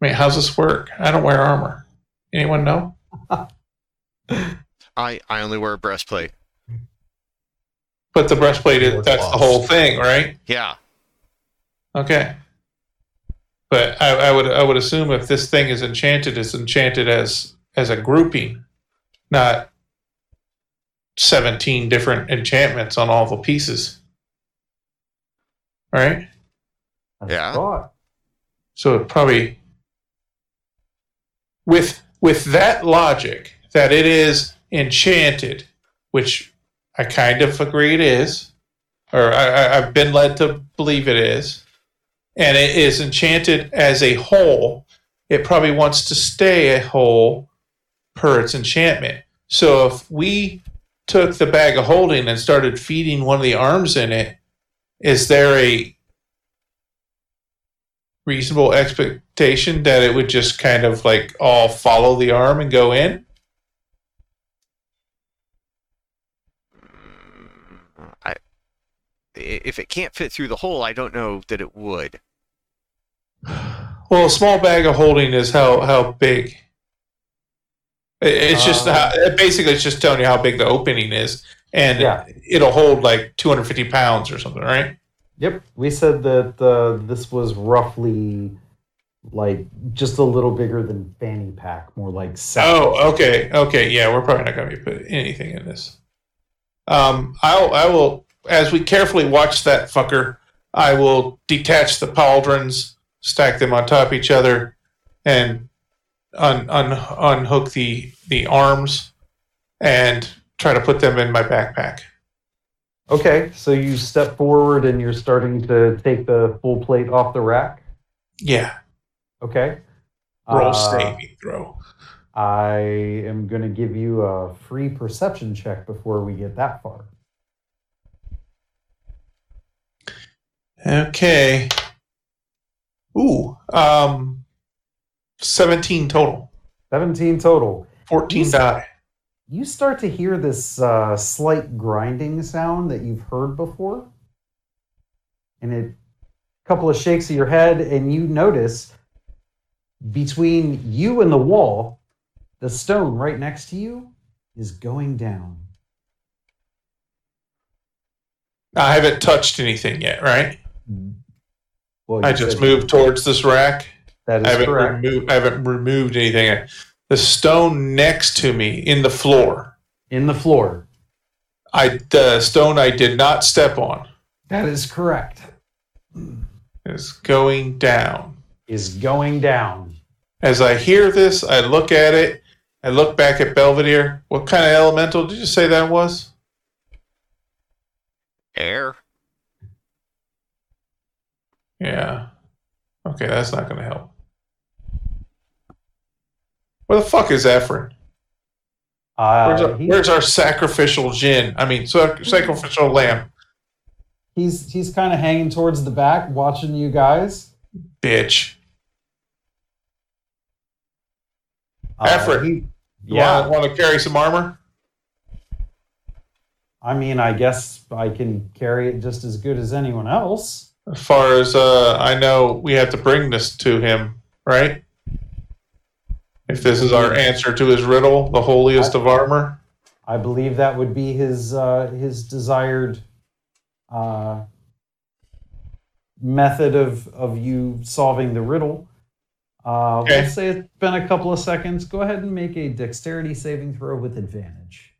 I mean, how's this work? I don't wear armor. Anyone know?
I, I only wear a breastplate.
But the breastplate
Or
is that's the
gloves.
whole thing, right?
Yeah.
Okay. But I, I would I would assume if this thing is enchanted, it's enchanted as as a grouping, not seventeen different enchantments on all the pieces. Right?
That's
Yeah.
thought.
So it probably with with that logic that it is enchanted, which I kind of agree it is, or I, I, I've been led to believe it is, and it is enchanted as a whole. It probably wants to stay a whole per its enchantment. So if we took the bag of holding and started feeding one of the arms in it, is there a reasonable expectation that it would just kind of like all follow the arm and go in?
I, if it can't fit through the hole, I don't know that it would.
Well, a small bag of holding is how how big. It- It's just
Uh,
how, basically it's just telling you how big the opening is, and
Yeah.
it'll hold like 250 pounds or something, right?
Yep. We said that uh, this was roughly like just a little bigger than fanny pack, more like seven.
Oh, okay, okay, yeah, we're probably not going to be putting anything in this. Um, I'll I will as we carefully watch that fucker. I will detach the pauldrons, stack them on top of each other, and un, un, unhook the the arms, and try to put them in my backpack.
Okay, so you step forward and you're starting to take the full plate off the rack.
Yeah,
Okay.
roll
Uh,
saving throw.
I am going to give you a free perception check before we get that far.
Okay. Ooh, um, seventeen total.
17 total.
Fourteen die.
You start to hear this uh, slight grinding sound that you've heard before. And it, a couple of shakes of your head, and you notice between you and the wall, the stone right next to you is going down.
I haven't touched anything yet, right?
Well,
I
you
just
said-
moved towards this rack.
That
I
is
haven't
correct.
removed. I haven't removed anything. The stone next to me in the floor.
In the floor.
I the stone I did not step on.
That is correct.
is going down.
is going down.
As I hear this, I look at it. I look back at Belvedere. What kind of elemental did you say that was?
Air.
Yeah. Okay, that's not going to help. Where the fuck is Efren?
Uh,
Where's, our,
he-
where's our sacrificial gin? I mean, sac- sacrificial lamb,
he's he's kind of hanging towards the back, watching you guys.
bitch.
Uh,
Effort.
he-
You
yeah,
want to carry some armor?
I mean, I guess I can carry it just as good as anyone else.
As far as uh, I know, we have to bring this to him, right? If this is our answer to his riddle, the holiest of armor.
I believe that would be his uh, his desired uh, method of of you solving the riddle. Uh,
Okay.
Let's say it's been a couple of seconds. Go ahead and make a dexterity saving throw with advantage.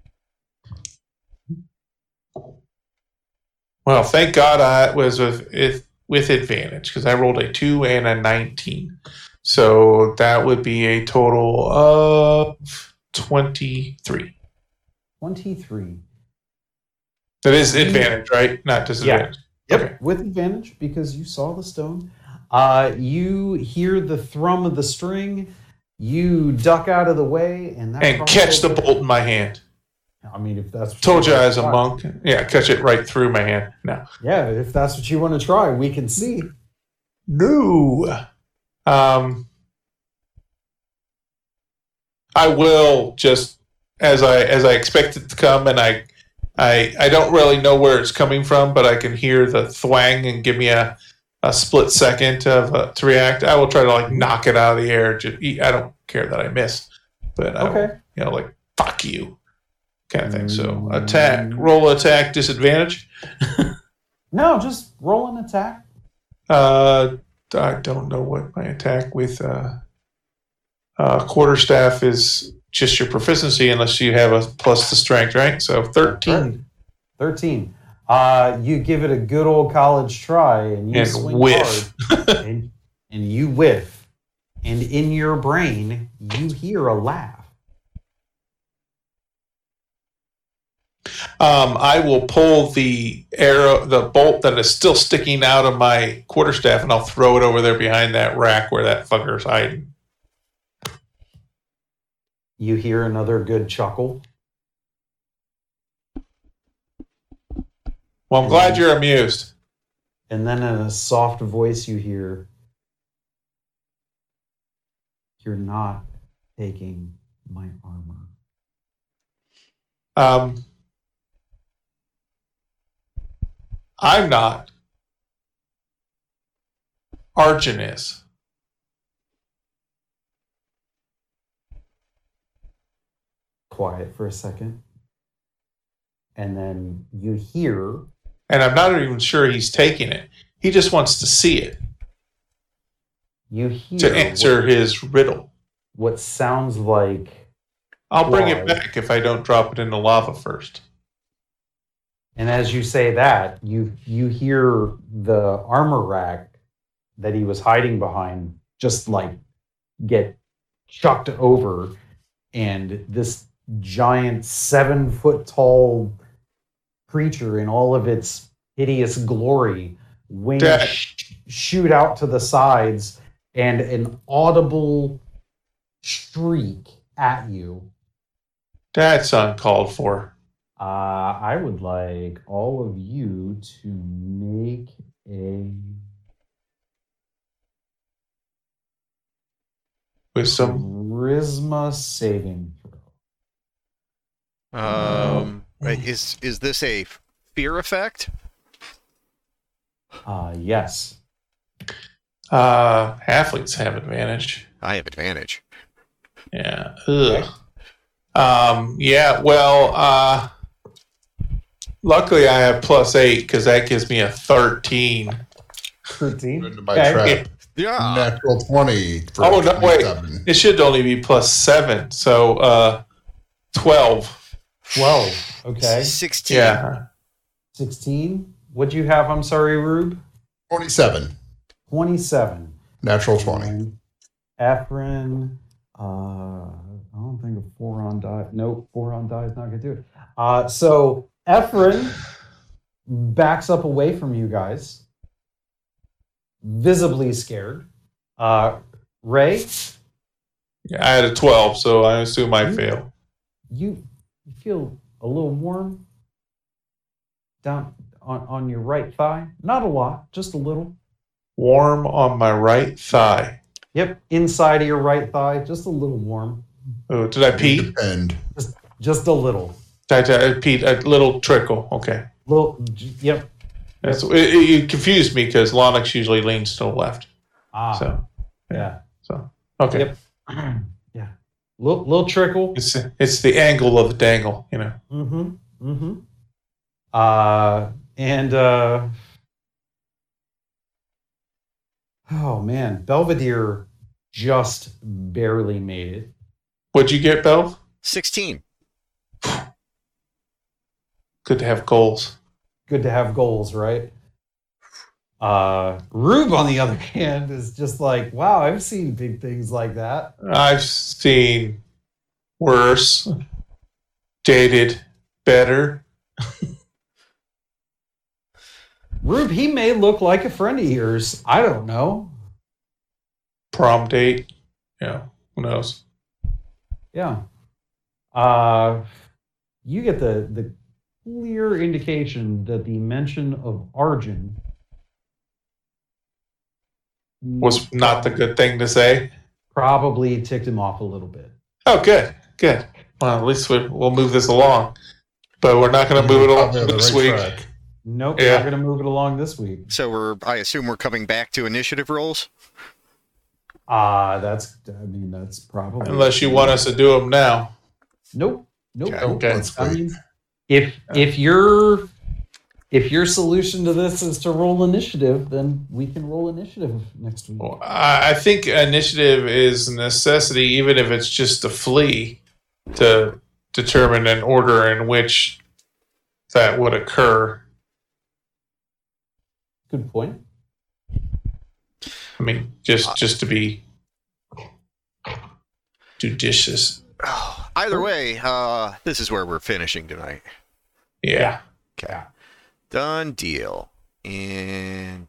Well, thank God I was with if, with advantage because I rolled a two and a nineteen, so that would be a total of twenty three.
Twenty three.
That is advantage, right? Not disadvantage.
Yep,
Okay.
with advantage because you saw the stone. Uh, you hear the thrum of the string. You duck out of the way, and that
And
probably-
catch the bolt in my hand.
I mean, if that's what
Told you I was a
wanna
monk. Yeah, catch it right through my hand. No.
try. Yeah, if that's what you want to try, we can see.
No. Um, I will just as I as I expect it to come, and I I I don't really know where it's coming from, but I can hear the thwang and give me a a split second of uh, to react. I will try to like knock it out of the air. Just, I don't care that I missed, but I will,
Okay.
you know like fuck you kind of thing. So attack, roll, attack, disadvantage.
No, just roll an attack.
Uh, I don't know what my attack with uh, uh, quarterstaff is. Just your proficiency, unless you have a plus to strength, right? So thirteen
Right. Thirteen. Uh, you give it a good old college try, and you swing
and whiff.
hard, and, and you whiff, and in your brain you hear a laugh.
Um, I will pull the arrow, the bolt that is still sticking out of my quarterstaff, and I'll throw it over there behind that rack where that fucker's hiding.
You hear another good chuckle.
Well, I'm glad you're amused.
And then in a soft voice, you hear, You're not taking my armor.
Um, I'm not. Arjun is.
Quiet for a second. And then you hear,
and I'm not even sure he's taking it. He just wants to see it
you hear
to answer his riddle.
What, what sounds like
I'll bring it
Why?
back if I don't drop it in the lava first.
And as you say that, you you hear the armor rack that he was hiding behind just like get chucked over, and this giant seven foot tall creature in all of its hideous glory wings
Dad.
sh- shoot out to the sides and an audible shriek at you
That's uncalled for.
uh, I would like all of you to make a
With some
charisma saving throw.
Um, wait, is is this a f- fear effect?
Uh, yes.
uh, athletes have advantage.
I have advantage.
Yeah. Ugh. Um, yeah. Well, uh, luckily I have plus eight because that gives me a thirteen.
13.
Into my
Okay.
trap.
Yeah.
Natural 20. For
Oh, no, wait.
27.
It should only be plus seven, so uh, twelve.
12. Okay.
Sixteen.
Yeah.
16. What'd you have? I'm sorry, Rube.
Twenty-seven.
27.
Natural twenty.
Afrin. Uh, I don't think a four on die. Nope, four on die is not going to do it. Uh, so Efren backs up away from you guys, visibly scared. Uh, Ray,
Yeah, I had a 12, so I assume I
Mm-hmm.
fail.
you you feel a little warm down on, on your right thigh. Not a lot, just a little.
Warm on my right thigh.
Yep, inside of your right thigh, just a little warm.
Oh, did I
Mm-hmm.
pee?
Depend.
Just a little.
Did I, I peed a little trickle. Okay.
Little j- yep.
That's, it, it, it confused me because Lonix usually leans to the left.
Ah.
So,
Yeah.
so okay.
Yep. yeah. Little, little trickle.
It's it's the angle of the dangle, you know.
Mm-hmm. Mm-hmm. Uh, and uh, oh man, Belvedere just barely made it.
What'd you get, Belv?
16.
Good to have goals.
Good to have goals, right? Uh, Rube, on the other hand, is just like, wow, I've seen big things like that.
I've seen worse, dated better.
Rube, he may look like a friend of yours. I don't know.
prom date. Yeah, who knows?
Yeah. Uh, you get the the clear indication that the mention of Arjun
Was not the good thing to say.
probably ticked him off a little bit.
Oh, good, good. Well, at least we, we'll move this along. But we're not going to move it along
Probably on the
this
right
week.
track.
Nope,
Yeah.
not gonna move it along this week.
So we're, I assume we're coming back to initiative rolls.
Ah, that's I mean that's probably
Unless you want us to do them now.
Nope, nope.
Yeah,
nope.
okay.
Let's
I
wait.
mean, if if your if your solution to this is to roll initiative, then we can roll initiative next week.
Well, I I think initiative is a necessity, even if it's just a flea, to determine an order in which that would occur.
Good point.
I mean, just just to be judicious.
Oh, either way, uh, this is where we're finishing tonight.
Yeah.
Okay. Done deal. And